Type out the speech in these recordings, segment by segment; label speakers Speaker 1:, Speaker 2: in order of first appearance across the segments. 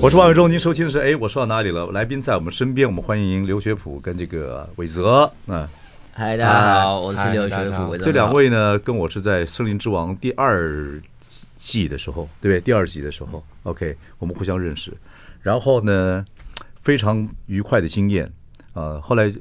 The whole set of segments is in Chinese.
Speaker 1: 我是万伟忠，您收听的是哎，我说到哪里了？来宾在我们身边，我们欢迎刘学普跟这个韦泽。嗯，
Speaker 2: 嗨，大家好，我是
Speaker 3: 嗨
Speaker 2: 刘
Speaker 3: 大
Speaker 2: 学
Speaker 3: 家好
Speaker 2: 府。
Speaker 1: 这两位呢，跟我是在《森林之王》第二季的时候，对不对？第二集的时候，OK，我们互相认识，然后呢，非常愉快的经验。呃，后来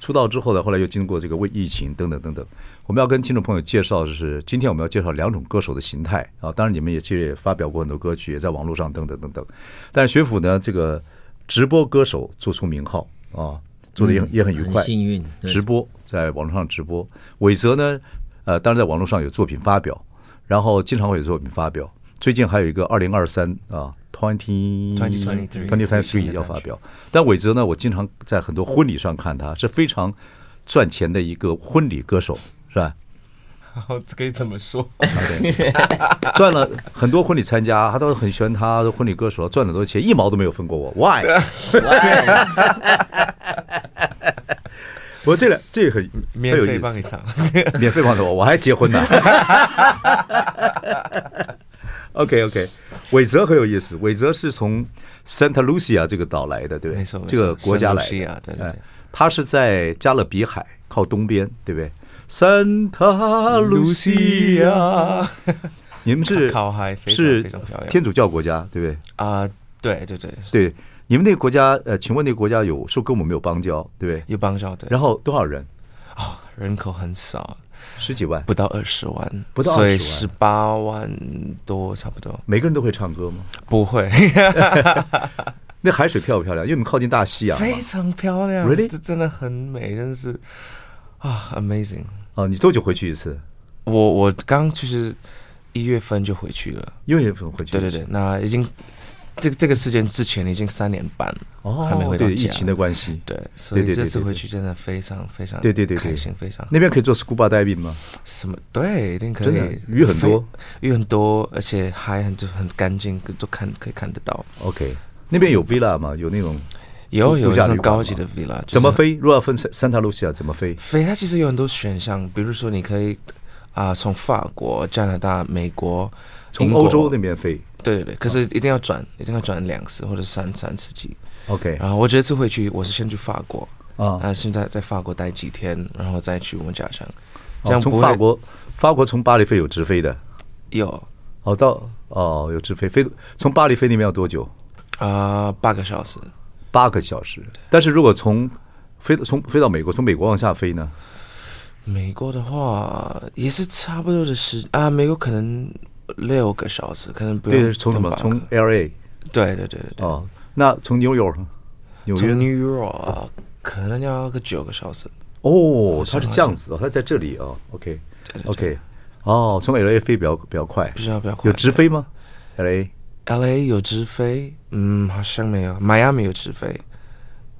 Speaker 1: 出道之后呢，后来又经过这个为疫情等等等等，我们要跟听众朋友介绍，就是今天我们要介绍两种歌手的形态啊。当然，你们也去发表过很多歌曲，也在网络上等等等等。但是学府呢，这个直播歌手做出名号啊，做的也很也很愉快，
Speaker 2: 很幸运对
Speaker 1: 直播在网络上直播。韦泽呢，呃，当然在网络上有作品发表，然后经常会有作品发表。最近还有一个二零二三啊，twenty
Speaker 3: ，2023
Speaker 1: twenty five three 要发表。但韦泽呢，我经常在很多婚礼上看他，是非常赚钱的一个婚礼歌手，是吧？
Speaker 3: 好，可以这 么说。
Speaker 1: 赚了很多婚礼参加，他都很喜欢他的婚礼歌手，赚了很多钱，一毛都没有分过我。Why？我这个这个很
Speaker 3: 免
Speaker 1: 很有
Speaker 3: 费
Speaker 1: 意
Speaker 3: 帮你
Speaker 1: 思，
Speaker 3: 唱，
Speaker 1: 免费帮的我，我还结婚呢。OK OK，韦泽很有意思，韦泽是从 Santa Lucia 这个岛来的，对不对
Speaker 3: 没错没，错
Speaker 1: 这个国家来
Speaker 3: Santa Lucia，
Speaker 1: 的，
Speaker 3: 对对对
Speaker 1: 哎他是在加勒比海靠东边，对不对？Santa Lucia，你们是
Speaker 3: 靠海非常
Speaker 1: 是
Speaker 3: 非常漂亮
Speaker 1: 天主教国家，对不对？
Speaker 3: 啊，对对对，
Speaker 1: 对，你们那个国家，呃，请问那个国家有说跟我们没有邦交，对不对？
Speaker 3: 有帮助对，
Speaker 1: 然后多少人？
Speaker 3: 人口很少，
Speaker 1: 十几万，
Speaker 3: 不到二十万，
Speaker 1: 不到20万
Speaker 3: 所以十八万多差不多，
Speaker 1: 每个人都会唱歌吗？
Speaker 3: 不 会，
Speaker 1: 那海水漂不漂亮？因为我们靠近大西洋嘛。
Speaker 3: 非常漂亮
Speaker 1: Really？
Speaker 3: 这真的很美，真的是啊，amazing。
Speaker 1: 啊，你多久回去一次？
Speaker 3: 我我刚其实一月份就回去了，
Speaker 1: 因为也不能回去。
Speaker 3: 对对对，那已经这个这个事件之前已经三年半了，还没
Speaker 1: 哦，
Speaker 3: 回到
Speaker 1: 对
Speaker 3: 家。
Speaker 1: 疫情的关系。
Speaker 3: 对，所以
Speaker 1: 对对
Speaker 3: 这次
Speaker 1: 对
Speaker 3: 回去真的非常非常
Speaker 1: 对对对对
Speaker 3: 开心，非常
Speaker 1: 那边可以做 scuba diving 吗？
Speaker 3: 什么对，一定可
Speaker 1: 真的
Speaker 3: 以，
Speaker 1: 鱼啊很多
Speaker 3: 非，鱼很多，而且海很很干净，都看可以看得到。
Speaker 1: OK，那边有 villa 吗？有那种
Speaker 3: 有有
Speaker 1: 度
Speaker 3: 一
Speaker 1: 假旅
Speaker 3: 种
Speaker 1: 馆
Speaker 3: 高级
Speaker 1: 吗
Speaker 3: 的 villa，就是
Speaker 1: 怎么飞？如果要分 Santa Lucia 怎么飞？
Speaker 3: 飞？它其实有很多选项，比如说你可以啊、从法国、加拿大、美国、
Speaker 1: 从
Speaker 3: 英
Speaker 1: 欧
Speaker 3: 国
Speaker 1: 洲那边飞。
Speaker 3: 对对对，可是一定要转，一定要转两次或者三三次机。
Speaker 1: OK
Speaker 3: 然后我这次回去，我是先去法国
Speaker 1: 啊
Speaker 3: 啊，现在在法国待几天，然后再去我们家乡，这
Speaker 1: 哦
Speaker 3: 样
Speaker 1: 从
Speaker 3: 不
Speaker 1: 法
Speaker 3: 会
Speaker 1: 国，法国从巴黎飞有直飞的。
Speaker 3: 有
Speaker 1: 哦，到哦有直飞，飞从巴黎飞那边要多久？
Speaker 3: 啊八、个小时。
Speaker 1: 八个小时。但是如果从飞从飞到美国，从美国往下飞呢？
Speaker 3: 美国的话也是差不多的时啊，美国可能六个小时，可能不用
Speaker 1: 对，从什么？
Speaker 3: 不
Speaker 1: 从
Speaker 3: 用啊八个
Speaker 1: L A
Speaker 3: 对对对对对，
Speaker 1: 哦，那从 New York 呢哦纽
Speaker 3: 从
Speaker 1: 约
Speaker 3: New York 啊可能要个九个小时，
Speaker 1: 哦，
Speaker 3: 是
Speaker 1: 它是
Speaker 3: 好
Speaker 1: 这样
Speaker 3: 像
Speaker 1: 子哦，它在这里哦。OK
Speaker 3: 对对对
Speaker 1: OK，哦，从 L A 飞比较比较快，
Speaker 3: 比较比较快
Speaker 1: 有直飞吗？L A
Speaker 3: L A 有直飞，嗯，好像没有，迈阿密有直飞，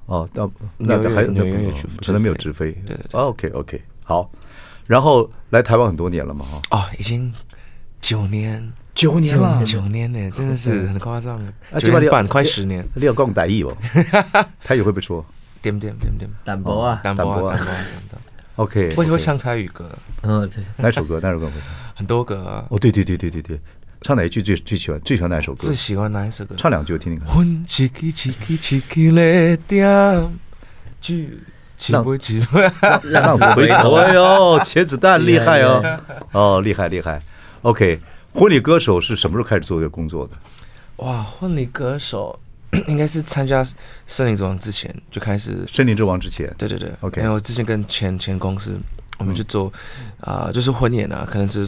Speaker 1: 哦，那那
Speaker 3: 纽约
Speaker 1: 还有那
Speaker 3: 纽约
Speaker 1: 不
Speaker 3: 有
Speaker 1: 哦
Speaker 3: 直
Speaker 1: 可能没有直
Speaker 3: 直
Speaker 1: 飞。
Speaker 3: 对对对
Speaker 1: OK OK，好。然后来台湾很多年了嘛哈，
Speaker 3: 哦，已经九年。
Speaker 1: 九年
Speaker 3: 九年呢，真的是很夸张，
Speaker 1: 啊这
Speaker 3: 九
Speaker 1: 边
Speaker 3: 年半
Speaker 1: 你
Speaker 3: 快十年，
Speaker 1: 你要讲台 语哦，台语会不会说
Speaker 3: 点点点点，
Speaker 2: 淡薄啊，
Speaker 3: 淡薄
Speaker 1: 淡薄啊
Speaker 3: 啊，淡薄啊，淡
Speaker 1: ？OK，
Speaker 3: 薄。会会
Speaker 1: OK
Speaker 3: 唱台语歌，
Speaker 2: 嗯， 对，
Speaker 1: 哪首歌？哪首歌会？
Speaker 3: 很多歌啊。
Speaker 1: 哦，对对对对对对，唱哪一句最最喜欢？最喜欢哪一首歌
Speaker 3: 最？喜欢哪一首歌？
Speaker 1: 唱两句我听听看。
Speaker 3: 阮一支一支一支咧点，酒一
Speaker 1: 浪
Speaker 3: 杯一杯。
Speaker 1: 浪 子回头，哎 呦，茄子蛋厉害哦，哦，厉害厉害。OK，婚礼歌手是什么时候开始做这个工作的？
Speaker 3: 哇，婚礼歌手 应该是参加《森林之王》之前就开始。
Speaker 1: 森林之王之前，
Speaker 3: 对对对
Speaker 1: OK 嗯
Speaker 3: 因为我之前跟前前公司，我们就做啊、呃就是婚宴啊，可能是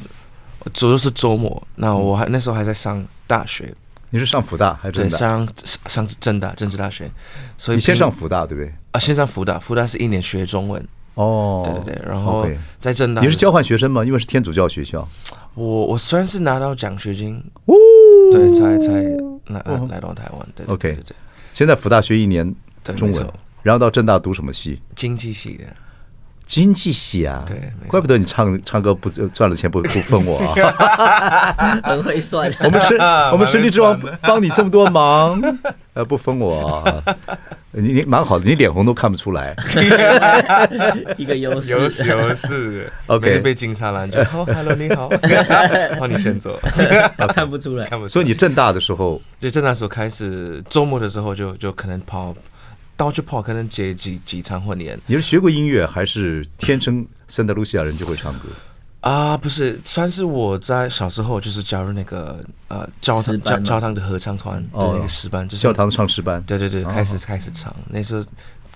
Speaker 3: 主要是周末。那
Speaker 1: 嗯
Speaker 3: 我还那时候还在上大学，
Speaker 1: 你是上福大还是政
Speaker 3: 对，
Speaker 1: 大？
Speaker 3: 上上政大政治大学，所
Speaker 1: 啊
Speaker 3: 以
Speaker 1: 你先
Speaker 3: 平
Speaker 1: 上福大对不对？
Speaker 3: 啊，先上福大，福大是一年学中文，
Speaker 1: 哦，
Speaker 3: 对对对，然后
Speaker 1: OK
Speaker 3: 在政大
Speaker 1: 你是
Speaker 3: 就
Speaker 1: 交换学生吗？因为是天主教学校。
Speaker 3: 我我虽然是拿到奖学金，
Speaker 1: 哦，
Speaker 3: 对，才才来来来到台湾，对对
Speaker 1: OK
Speaker 3: 对对对，
Speaker 1: 先在辅大学一年
Speaker 3: 对
Speaker 1: 中
Speaker 3: 没
Speaker 1: 文
Speaker 3: 错，
Speaker 1: 然后到正大读什么系？
Speaker 3: 经济系的，
Speaker 1: 经济系啊，
Speaker 3: 对没错
Speaker 1: 怪不得你唱唱歌不赚了钱不不分我啊！
Speaker 2: 很会算。啊
Speaker 1: 我们 神我们神力之王
Speaker 3: 啊蛮会
Speaker 1: 帮你这么多忙，呃，不分我啊，你你蛮好的，你脸红都看不出来。
Speaker 2: 一个优势，
Speaker 3: 有是
Speaker 1: 哦
Speaker 3: 有是
Speaker 1: OK
Speaker 3: 每次被警察 拦就哦，hello 你好，帮你先走，
Speaker 2: 看不出来。
Speaker 3: 看不出
Speaker 1: 所
Speaker 3: 来
Speaker 1: 以你正大的时候，
Speaker 3: 就在那时候开始，周末的时候就就可能跑到处跑，可能接几几场婚宴
Speaker 1: 你是学过音乐还是天生圣达卢西亚人就会唱歌？
Speaker 3: 啊，不是，算是我在小时候就是加入那个呃教
Speaker 2: 诗
Speaker 3: 堂
Speaker 2: 班
Speaker 3: 教
Speaker 2: 吗
Speaker 3: 教堂的合唱团的
Speaker 1: 哦
Speaker 3: 那个诗班，就是
Speaker 1: 教堂唱诗班，
Speaker 3: 对对对，开始开始唱，那时候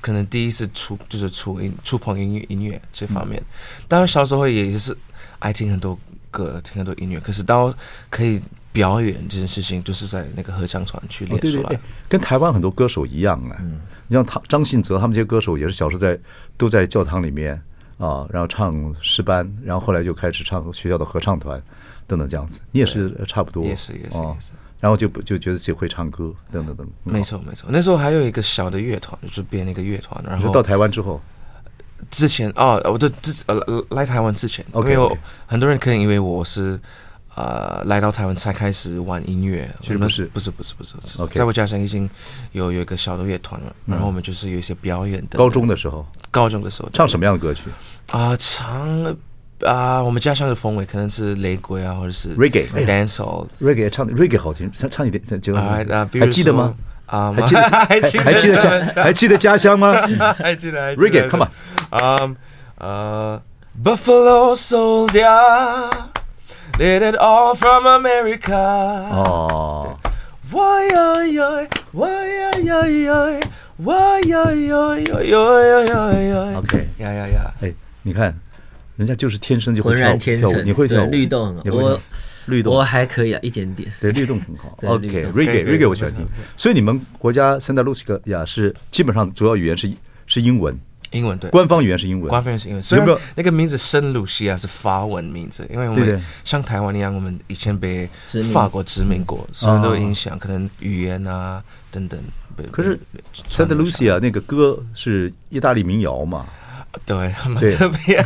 Speaker 3: 可能第一次触就是触音触碰音乐音乐这
Speaker 1: 嗯
Speaker 3: 方面。当然小时候也是爱听很多歌，听很多音乐，可是到可以表演这件事情，就是在那个合唱团去
Speaker 1: 哦
Speaker 3: 练
Speaker 1: 对
Speaker 3: 出
Speaker 1: 对
Speaker 3: 来。
Speaker 1: 对，跟台湾很多歌手一样啊。
Speaker 3: 嗯
Speaker 1: 你像他张信哲他们这些歌手也是小时候在都在教堂里面啊，然后唱诗班，然后后来就开始唱学校的合唱团等等这样子。你也是呃差不多，
Speaker 3: 也是也是
Speaker 1: 哦
Speaker 3: 也是
Speaker 1: 然后就不就觉得自己会唱歌等等等。
Speaker 3: 没错没错，那时候还有一个小的乐团，就是编了一个乐团，然
Speaker 1: 你
Speaker 3: 后
Speaker 1: 说到台湾之后，
Speaker 3: 之前哦，我就之呃来来台湾之前
Speaker 1: OK，
Speaker 3: 因为我
Speaker 1: OK
Speaker 3: 很多人可能以为我是呃来到台湾才开始玩音乐，
Speaker 1: 其实
Speaker 3: 我们
Speaker 1: 不是
Speaker 3: 不是，不是，不是，是
Speaker 1: OK 嗯
Speaker 3: 在我家乡已经有有一个小的乐团了，然后我们就是有一些表演的。
Speaker 1: 高中的时候
Speaker 3: 高中的时候
Speaker 1: 唱什么样的歌曲
Speaker 3: 么啊？唱啊，我们家乡的风味可能是雷鬼啊，或者是
Speaker 1: Reggae 哎
Speaker 3: dancehall
Speaker 1: ？reggae 唱 reggae 好听，唱唱一点，就
Speaker 3: 啊啊，比如
Speaker 1: 还记得
Speaker 3: 说
Speaker 1: 吗？？
Speaker 3: 啊，
Speaker 1: 还记得
Speaker 3: 还记得
Speaker 1: 还记得家 还记得家乡吗？
Speaker 3: 还记得还记得
Speaker 1: Reggae, come
Speaker 3: on. Um, uh, Buffalo soldier, let it all from
Speaker 1: Oh.
Speaker 3: America.
Speaker 1: 哦，
Speaker 3: Why, why, why, why, why, why, why, why,
Speaker 1: OK
Speaker 3: 呀呀呀！
Speaker 1: 哎，你看，人家就是天生就会
Speaker 2: 浑
Speaker 1: 跳
Speaker 2: 然
Speaker 1: 舞，
Speaker 2: 天
Speaker 1: 跳舞
Speaker 2: 成，
Speaker 1: 你会跳
Speaker 2: 对
Speaker 1: 舞，
Speaker 2: 律动，
Speaker 1: 你会跳舞
Speaker 2: 我
Speaker 1: 律动，
Speaker 2: 我还可以啊，一点点。
Speaker 1: 对，律动很好。
Speaker 2: 对律
Speaker 1: OK，reggae
Speaker 2: 动
Speaker 1: reggae 我喜欢听。所以你们国家圣达卢西亚是基本上主要语言是是英文，
Speaker 3: 英文对。
Speaker 1: 官方语言是英文。
Speaker 3: 官方也是英文，虽
Speaker 1: 有没有
Speaker 3: 然那个名字圣露西亚是法文名字，因为我
Speaker 1: 对对
Speaker 3: 们像台湾一样，我们以前被
Speaker 2: 殖民
Speaker 3: 法国殖民过，所以很多影响，可能语言啊等等被。
Speaker 1: 可是
Speaker 3: 圣
Speaker 1: Santa Lucia 那个歌是意大利民谣嘛？
Speaker 3: 对，
Speaker 1: 对
Speaker 3: 蛮特别。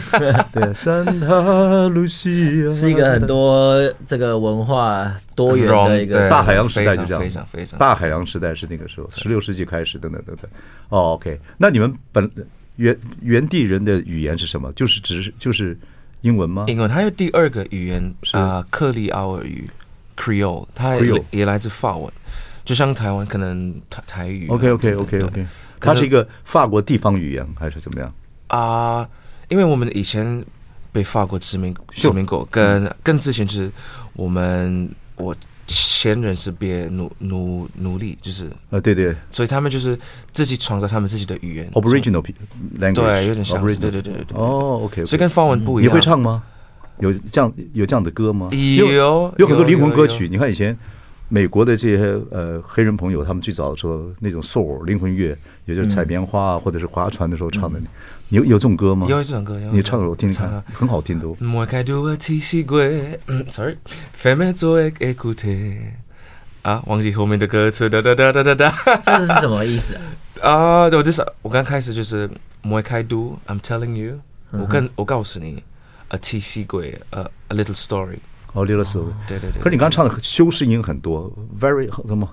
Speaker 1: 对，Santa Lucia
Speaker 2: 是一个很多这个文化多元的一个
Speaker 3: Wrong，对
Speaker 1: 大海洋时代就这样，
Speaker 3: 非常非常非常
Speaker 1: 大海洋时代是那个时候，十六世纪开始，等等等等。哦，OK，那你们本原原地人的语言是什么？就是只是就是英文吗？
Speaker 3: 英文还有第二个语言
Speaker 1: 啊是
Speaker 3: 啊、呃克里奥尔语 （Creole），它也
Speaker 1: Creole
Speaker 3: 也来自法文，就像台湾可能台台语啊。
Speaker 1: OK OK OK
Speaker 3: 对
Speaker 1: OK，
Speaker 3: 可
Speaker 1: 它
Speaker 3: 是
Speaker 1: 是一个法国地方语言还是怎么样？
Speaker 3: 啊、因为我们以前被法国殖民殖民过，
Speaker 1: 嗯
Speaker 3: 跟跟之前就是我们我前人是被奴奴奴隶，就是
Speaker 1: 呃，对对
Speaker 3: 所以他们就是自己创造他们自己的语言。
Speaker 1: ，original pe- language，
Speaker 3: 对，有点像是，
Speaker 1: original
Speaker 3: 对对对对对。
Speaker 1: 哦，OK，
Speaker 3: 所以跟法文不一
Speaker 1: 你
Speaker 3: 样。
Speaker 1: 会唱吗？有这样有这样的歌吗？
Speaker 3: 有
Speaker 1: 因为有很多灵魂歌
Speaker 3: 有有
Speaker 1: 曲。你看以前美国的这些呃黑人朋友，他们最早的时候那种 soul 灵魂乐，也就是采棉花啊，或者是划船的时候唱的，你有有这种歌吗？
Speaker 3: 嗯有这种歌，有
Speaker 1: 你
Speaker 3: 这种
Speaker 1: 唱给我听听
Speaker 3: 唱
Speaker 1: 看
Speaker 3: 啊，
Speaker 1: 很好 听的哦。
Speaker 3: Moi qui dois t'y sigouer Mm, Sorry Fais-moi écouter 啊，忘记后面的歌词，哒哒哒哒哒哒
Speaker 2: 这是什么意思啊？
Speaker 3: 啊！对我就是我刚开始就是莫开读，I'm telling you，我
Speaker 1: Mm-hmm.
Speaker 3: 跟我告诉你，a T C 鬼，呃，a little story，
Speaker 1: 哦，刘老师，
Speaker 3: 对对对
Speaker 1: 可是你刚刚唱的修饰音很多，very 什么？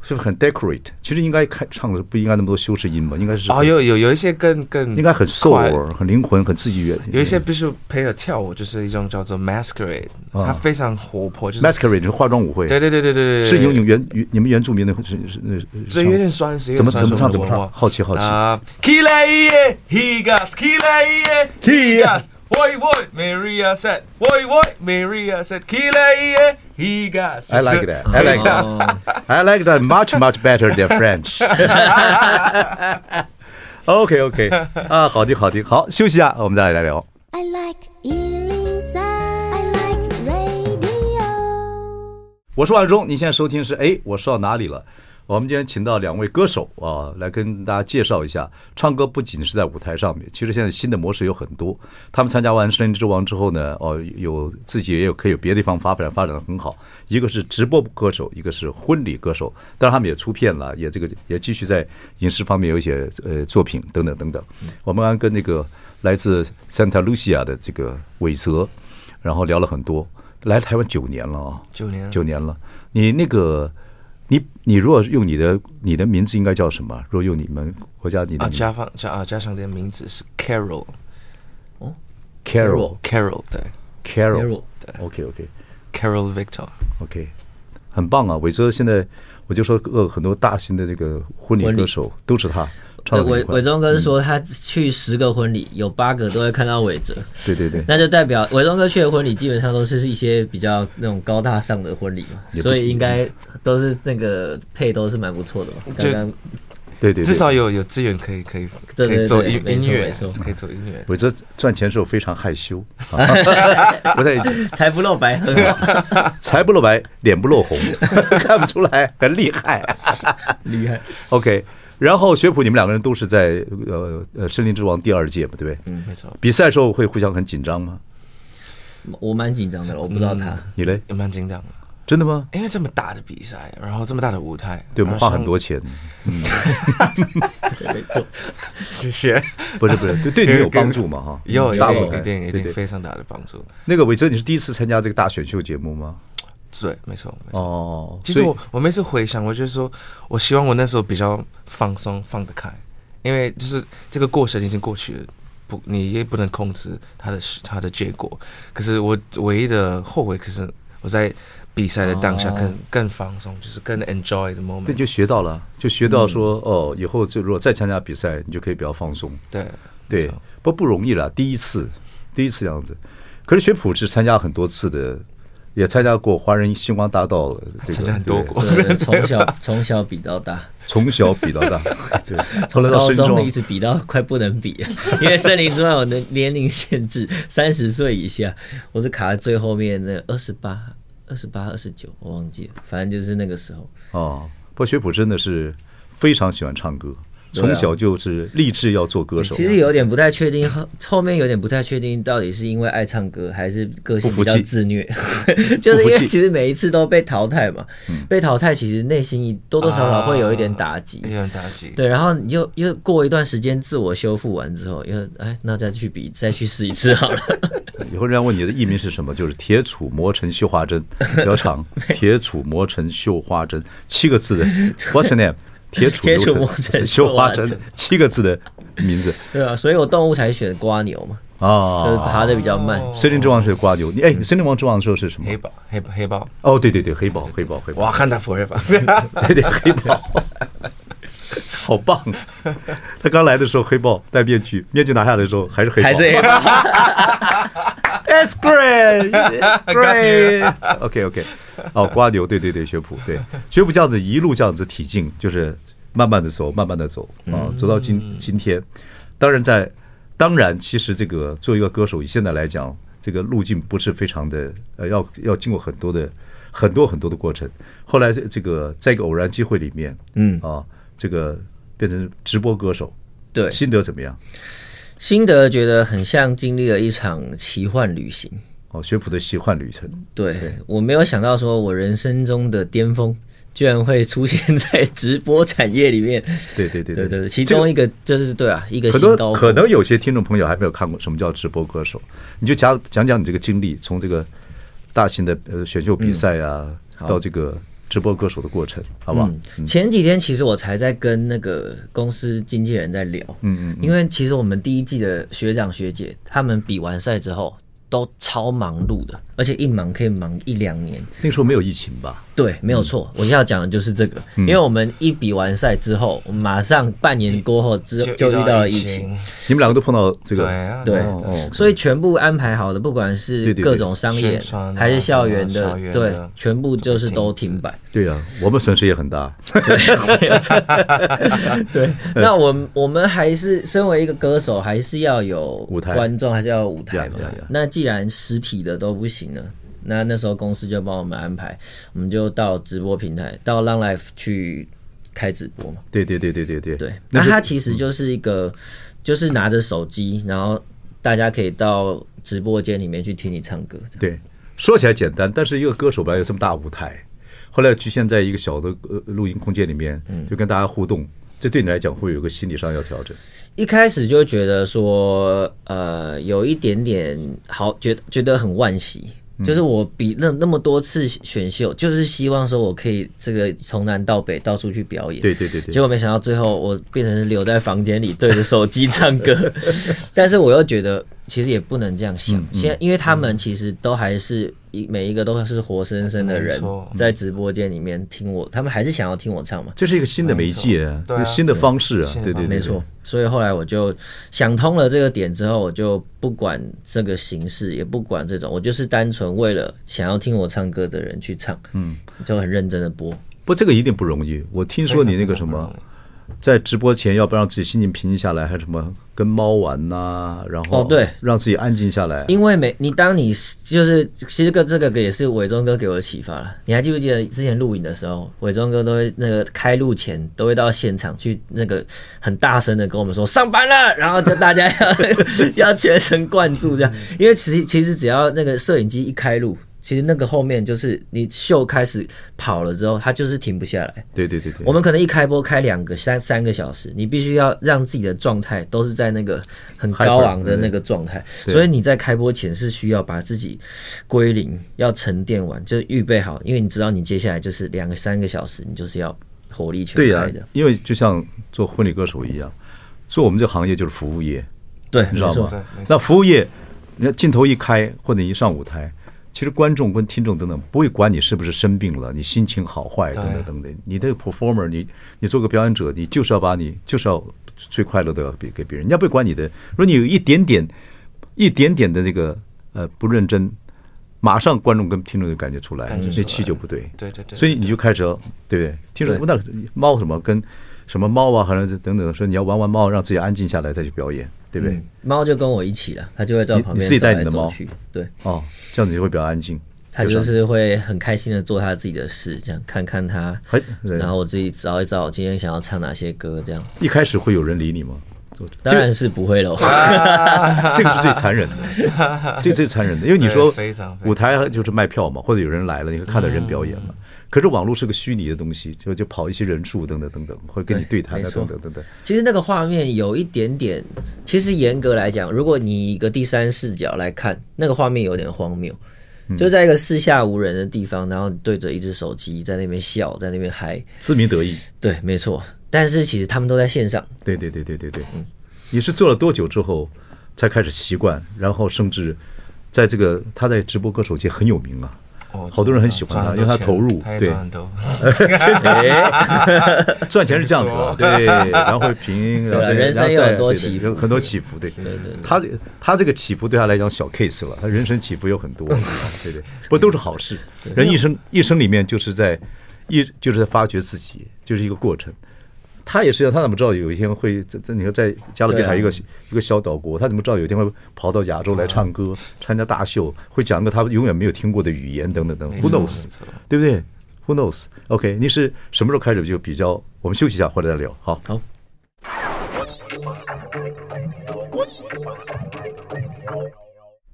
Speaker 1: 是不是很 decorate？其实应该开唱的不应该那么多修饰音吧？应该是
Speaker 3: 啊，有有有一些更更
Speaker 1: 应该很哦
Speaker 3: 快
Speaker 1: soul，很灵魂，很自己乐。
Speaker 3: 有一些必须配合跳舞，就是一种叫做 masquerade，
Speaker 1: 啊
Speaker 3: 它非常活泼，就是
Speaker 1: masquerade 是化妆舞会，
Speaker 3: 对对对对对对，
Speaker 1: 是有你们原原你们原住民的是是是
Speaker 3: 这有点酸，是有
Speaker 1: 怎
Speaker 3: 点
Speaker 1: 么
Speaker 3: 酸
Speaker 1: 怎么唱
Speaker 3: 是
Speaker 1: 怎么
Speaker 3: 我们的文
Speaker 1: 唱？
Speaker 3: 化
Speaker 1: 好奇好奇。
Speaker 3: 啊起来耶，Higas，起来耶
Speaker 1: Higas
Speaker 3: ，Higas。喂喂，Maria said，喂喂，Maria said，起来耶，Higas。
Speaker 1: I like that. I like that. I like that much much better than French. OK OK 啊，好听好听，好休息一下，我们再来聊。
Speaker 4: I like Ealing Sound. I like radio.
Speaker 1: 我是万忠，您现在收听是哎，我说到哪里了？我们今天请到两位歌手啊，来跟大家介绍一下，唱歌不仅是在舞台上面，其实现在新的模式有很多。他们参加完《森林之王》之后呢，哦，有自己也有可以有别的地方发展，发展的很好。一个是直播歌手，一个是婚礼歌手，当然他们也出片了，也这个也继续在影视方面有一些呃作品等等等等。我们刚刚跟那个来自 Santa Lucia 的这个韦泽，然后聊了很多。来台湾九年了啊，
Speaker 3: 九年
Speaker 1: 九年了。你那个，你你如果用你的你的名字应该叫什么？如果用你们国家你的
Speaker 3: 啊，
Speaker 1: 名字
Speaker 3: 加上加啊加上你的名字是 Carol
Speaker 1: Carol
Speaker 3: Carol 对
Speaker 1: Carol
Speaker 2: Carol
Speaker 1: OK OK
Speaker 3: Carol Victor
Speaker 1: OK，很棒啊！伟哲现在我就说呃很多大型的这个婚礼
Speaker 2: 婚礼
Speaker 1: 歌手都是他唱
Speaker 2: 对
Speaker 1: 的
Speaker 2: 伟
Speaker 1: 很快
Speaker 2: 伟，忠哥说他去十个婚礼，有八个都会看到伟哲，
Speaker 1: 对对嗯 对，
Speaker 2: 那就代表伟忠哥去的婚礼基本上都是一些比较那种高大上的婚礼嘛，
Speaker 1: 也不
Speaker 2: 所以应该都是那个配都是蛮不错的嘛。
Speaker 3: 就
Speaker 2: 刚刚
Speaker 1: 对对对
Speaker 3: 至少有有资源可以可以可
Speaker 2: 对对
Speaker 3: 以做
Speaker 2: 对
Speaker 3: 音
Speaker 2: 没错
Speaker 3: 音乐啊
Speaker 2: 没错，
Speaker 3: 可以做音乐。
Speaker 1: 伟哲赚钱的时候非常害羞，啊不太
Speaker 2: 才不露白，很 好，
Speaker 1: 财不露白，脸不露红，看不出来，很厉害。
Speaker 2: 厉害。
Speaker 1: OK，然后学普，你们两个人都是在呃呃《森林之王》第二届嘛，对不对？
Speaker 3: 嗯，没错，
Speaker 1: 比赛的时候会互相很紧张吗？
Speaker 2: 我蛮紧张的了，我不知道他。
Speaker 1: 你嘞？
Speaker 3: 也蛮紧张的，
Speaker 1: 真的吗？
Speaker 3: 因为这么大的比赛，然后这么大的舞台，
Speaker 1: 对我们花很多
Speaker 3: 钱，
Speaker 1: 钱，
Speaker 2: 没错，
Speaker 3: 谢谢，
Speaker 1: 不是不是，就对你有帮助嘛哈？
Speaker 3: 啊有一
Speaker 1: 大
Speaker 3: 定
Speaker 1: 舞
Speaker 3: 一
Speaker 1: 台
Speaker 3: 定
Speaker 1: 对
Speaker 3: 一定
Speaker 1: 对
Speaker 3: 非常大的帮助。
Speaker 1: 那个伟哲，你是第一次参加这个大选秀节目吗？
Speaker 3: 对，没错，没错。
Speaker 1: 哦，
Speaker 3: 其实
Speaker 1: 所以
Speaker 3: 我我每次回想，我就说，我希望我那时候比较放松，放得开，因为就是这个过程已经过去了，不，你也不能控制它的事它的结果。可是我唯一的后悔，可是我在比赛的当下
Speaker 2: 哦
Speaker 3: 更、更放松，就是更 enjoy
Speaker 1: 那
Speaker 3: the moment
Speaker 1: 你。就学到了，就学到
Speaker 3: 嗯
Speaker 1: 说哦，以后就如果再参加比赛，你就可以比较放松。
Speaker 3: 对没
Speaker 1: 对
Speaker 3: 错，
Speaker 1: 不不容易了，第一次，第一次这样子。可是学普是参加很多次的，也参加过华人星光大道，这个
Speaker 3: 参加很多
Speaker 1: 对
Speaker 3: 国，
Speaker 2: 对对从小从小比到大，
Speaker 1: 从小比到大，对，后来到
Speaker 2: 高
Speaker 1: 深
Speaker 2: 中
Speaker 1: 中
Speaker 2: 一，直比到快不能比， 因为森林之外有年年龄限制，三十岁以下，我是卡在最后面那二十八、二十八、二十九，我忘记了，反正就是那个时候。
Speaker 1: 哦，不过学普真的是非常喜欢唱歌，
Speaker 2: 对啊
Speaker 1: 从小就是立志要做歌手。啊
Speaker 2: 其实有点不太确定，后后面有点不太确定，到底是因为爱唱歌，还是个性
Speaker 1: 不服
Speaker 2: 比较
Speaker 1: 气
Speaker 2: 自 虐，就是
Speaker 1: 不服
Speaker 2: 因为
Speaker 1: 气嗯
Speaker 2: 其实每一次都被淘汰嘛，被淘汰其实内心多多
Speaker 1: 啊
Speaker 2: 少少会有一点打击。
Speaker 3: 也很打击。
Speaker 2: 对，然后你就又过一段时间自我修复完之后，又哎，那再去比，再去试一次好 了。
Speaker 1: 以后人家问你的艺名是什么，就是铁杵磨成绣花针，比较长。铁杵磨成绣花针，七个字的，What's your name？铁杵
Speaker 2: 铁杵
Speaker 1: 磨
Speaker 2: 磨
Speaker 1: 成
Speaker 2: 成
Speaker 1: 绣
Speaker 2: 绣
Speaker 1: 花
Speaker 2: 花
Speaker 1: 针
Speaker 2: 针，
Speaker 1: 七个字的名字
Speaker 2: 对啊，所以我动物才选瓜牛嘛，就是爬
Speaker 1: 啊。
Speaker 2: 的比较慢。
Speaker 1: 森林之王是瓜牛，你哎，森林王之王的时候是什么
Speaker 3: 黑？豹，黑黑豹，
Speaker 1: 哦，对对对，黑豹，黑豹，黑豹。
Speaker 3: 哇，看他 forever。
Speaker 1: 对对，黑豹，好棒！啊他刚来的时候，黑豹戴面具，面具拿下来的时候还是黑豹。
Speaker 2: 还是
Speaker 1: That's great, that's
Speaker 3: Got
Speaker 1: great. OK OK，哦，瓜牛，对对对，学普，对学普这样子一路这样子挺进，就是慢慢的走，慢慢的走啊，走到
Speaker 2: 嗯
Speaker 1: 今今天。当然在，当然，其实这个作为一个歌手，以现在来讲，这个路径不是非常的，呃，要要经过很多的很多很多的过程。后来这个在一个偶然机会里面，
Speaker 2: 嗯
Speaker 1: 啊，这个变成直播歌手，
Speaker 2: 对，
Speaker 1: 心得怎么样？
Speaker 2: 心得觉得很像经历了一场奇幻旅行。
Speaker 1: 哦，学普的奇幻旅程，
Speaker 2: 对我没有想到，说我人生中的巅峰居然会出现在直播产业里面。
Speaker 1: 对对对
Speaker 2: 对对
Speaker 1: 对
Speaker 2: 对，其
Speaker 1: 这个
Speaker 2: 中一个就是对啊，一个
Speaker 1: 可
Speaker 2: 新
Speaker 1: 能
Speaker 2: 高
Speaker 1: 可
Speaker 2: 峰。
Speaker 1: 能有些听众朋友还没有看过什么叫直播歌手，你就讲讲讲你这个经历，从这个大型的呃选秀比赛啊，
Speaker 3: 嗯
Speaker 1: 到这个直播歌手的过程，好不好？
Speaker 2: 嗯，前几天其实我才在跟那个公司经纪人在聊，
Speaker 1: 嗯嗯
Speaker 2: 因为其实我们第一季的学长学姐他们比完赛之后都超忙碌的，而且一忙可以忙一两年。
Speaker 1: 那个时候没有疫情吧？
Speaker 2: 对，没有错，
Speaker 1: 嗯
Speaker 2: 我要讲的就是这个，因为我们一比完赛之后，我们马上半年过后之
Speaker 3: 就
Speaker 2: 就遇
Speaker 3: 遇到
Speaker 2: 到了
Speaker 3: 疫
Speaker 2: 疫
Speaker 3: 情
Speaker 2: 情，
Speaker 1: 你们两个都碰到这个，
Speaker 3: 对啊，
Speaker 2: 对
Speaker 1: 哦哦，
Speaker 2: 所以全部安排好的，不管
Speaker 1: 对
Speaker 2: 是
Speaker 1: 对
Speaker 2: 各
Speaker 1: 对
Speaker 2: 种商演
Speaker 3: 宣传啊
Speaker 2: 还是校园
Speaker 3: 什么
Speaker 2: 的
Speaker 3: 校园，
Speaker 2: 对
Speaker 3: 的，
Speaker 2: 全部就是
Speaker 3: 都
Speaker 2: 都
Speaker 3: 停止
Speaker 2: 停摆。
Speaker 1: 对呀、我们损失也很大。
Speaker 2: 对， 那我们我们还是身为一个歌手，还是要有
Speaker 1: 舞台
Speaker 2: 观众还是要有舞台嘛
Speaker 1: 呀呀呀。
Speaker 2: 那既然实体的都不行了，那那时候公司就帮我们安排，我们就到直播平台，到浪 life 去开直播嘛。
Speaker 1: 对对对对对对
Speaker 2: 对，
Speaker 1: 那
Speaker 2: 那
Speaker 1: 就
Speaker 2: 它其实就是一嗯个，就是拿着手机，然后大家可以到直播间里面去听你唱歌。这样
Speaker 1: 对，说起来简单，但是一个歌手本来有这么大舞台，后来局限在一个小的呃录音空间里面，
Speaker 3: 嗯
Speaker 1: 就跟大家互动，这对你来讲会有个心理上要调整。
Speaker 2: 一开始就觉得说，呃，有一点点好，觉觉得很惋惜。
Speaker 1: 嗯
Speaker 2: 就是我比那那么多次选秀，就是希望说我可以这个从南到北到处去表演。
Speaker 1: 对对对对
Speaker 2: 结果没想到最后我变成是留在房间里对着手机唱 歌， 但是我又觉得其实也不能这样
Speaker 1: 嗯
Speaker 2: 想。现在因为他们其实都还是一每一个都是活生生的
Speaker 3: 没
Speaker 2: 人
Speaker 3: 错，
Speaker 1: 嗯
Speaker 2: 在直播间里面听我，他们还是想要听我唱嘛。
Speaker 1: 这是一个新的媒介啊
Speaker 3: 没错，对啊
Speaker 1: 新的方式啊，
Speaker 3: 新的
Speaker 1: 对对，
Speaker 3: 方式
Speaker 1: 对
Speaker 2: 没错。，所以后来我就想通了这个点之后，我就不管这个形式，也不管这种，我就是单纯为了想要听我唱歌的人去唱，嗯，就很认真的播。
Speaker 1: 不，这个一定不容易。我听说你那个什么，在直播前要不让自己心情平静下来，还是什么跟猫玩呐、然后
Speaker 2: 哦对
Speaker 1: 让自己安静下来。
Speaker 2: 因为每你当你就是其实个这个也是伟忠哥给我的启发了。你还记不记得之前录影的时候，伟忠哥都会那个开录前都会到现场去那个很大声的跟我们说上班了，然后就大家要 要全神贯注这样。因为其实其实只要那个摄影机一开录，其实那个后面就是你秀开始跑了之后，它就是停不下来。
Speaker 1: 对对对对，
Speaker 2: 我们可能一开播开两个三三个小时，你必须要让自己的状态都是在那个很高昂的那个状态，
Speaker 1: 对
Speaker 2: 所以你在开播前是需要把自己归零，要沉淀完，就是预备好，因为你知道你接下来就是两个三个小时，你就是要火力全
Speaker 1: 对呀、
Speaker 2: 开的，
Speaker 1: 因为就像做婚礼歌手一样，做我们这行业就是服务业，
Speaker 2: 对，
Speaker 1: 啊你
Speaker 2: 没
Speaker 1: 知道
Speaker 2: 错
Speaker 1: 吗，
Speaker 3: 对没错？
Speaker 1: 那服务业，你看镜头一开或者一上舞台，其实观众跟听众等等不会管你是不是生病了，你心情好坏
Speaker 3: 对
Speaker 1: 等等等等。你的 performer，你你做个表演者，你就是要把你就是要最快乐的给给别人，人家不会管你的。如果你有一点点一点点的这个呃不认真，马上观众跟听众就感觉出来，
Speaker 3: 感觉出
Speaker 1: 那
Speaker 3: 来
Speaker 1: 气就不对。
Speaker 3: 对对对
Speaker 1: 所以你就开始要对不对？听说
Speaker 2: 对
Speaker 1: 那猫什么跟什么猫啊，好像是等等，说你要玩玩猫，让自己安静下来再去表演，对不对？
Speaker 2: 猫就跟我一起了，它就会在我
Speaker 1: 你
Speaker 2: 旁
Speaker 1: 你
Speaker 2: 边
Speaker 1: 自己
Speaker 2: 走
Speaker 1: 带
Speaker 2: 来
Speaker 1: 你的猫
Speaker 2: 走去，对。
Speaker 1: 哦，这样子就会比较安静。
Speaker 2: 它就是会很开心的做它自己的事，这样看看它
Speaker 1: 哎，对
Speaker 2: 然后我自己找一找我今天想要唱哪些歌，这样
Speaker 1: 一开始会有人理你吗？
Speaker 2: 当然是不会喽。
Speaker 1: 这个是最残 忍的，这个最残忍的，因为你说
Speaker 3: 对非常非常
Speaker 1: 舞台就是卖票嘛，或者有人来了，你会看到人表演
Speaker 2: 嗯
Speaker 1: 嘛。可是网络是个虚拟的东西，就就跑一些人数等等等等，会跟你对
Speaker 2: 对
Speaker 1: 谈啊
Speaker 2: 没
Speaker 1: 等
Speaker 2: 错
Speaker 1: 等等等。
Speaker 2: 其实那个画面有一点点，其实严格来讲，如果你以一个第三视角来看，那个画面有点荒谬。就在一个四下无人的地方，然后你对着一只手机在那边笑，在那边嗨，
Speaker 1: 自鸣得意，
Speaker 2: 对，没错。但是其实他们都在线上，
Speaker 1: 对对对对对对。
Speaker 2: 嗯
Speaker 1: 你是做了多久之后才开始习惯，然后甚至在这个他在直播歌手界很有名啊，
Speaker 3: 哦
Speaker 1: 好多人很喜欢他，啊因为他投入，
Speaker 3: 他也
Speaker 1: 对
Speaker 3: 赚，很多，
Speaker 2: 哎
Speaker 1: 赚钱是这样子啊，对，然后会平，然后再
Speaker 2: 对啊人生有很多
Speaker 1: 然后再对对
Speaker 2: 起伏
Speaker 1: 有很多起伏，对，他他这个起伏对他来讲小 case 了，他人生起伏有 很多，对对，不都是好事。人一生一生里面就是在一就是在发掘自己，就是一个过程。他也是一样，他怎么知道有一天会在在你说在加勒比海
Speaker 2: 对啊
Speaker 1: 一个、一个小岛国，他怎么知道有一天会跑到亚洲来唱
Speaker 2: 啊
Speaker 1: 歌、参加大秀，会讲一个他永远没有听过的语言等等等
Speaker 3: 没
Speaker 1: ，Who
Speaker 3: 错
Speaker 1: knows？
Speaker 3: 没错
Speaker 1: 对不对？Who knows？OK，、你是什么时候开始就比较？我们休息一下，回来再聊。好，
Speaker 2: 好，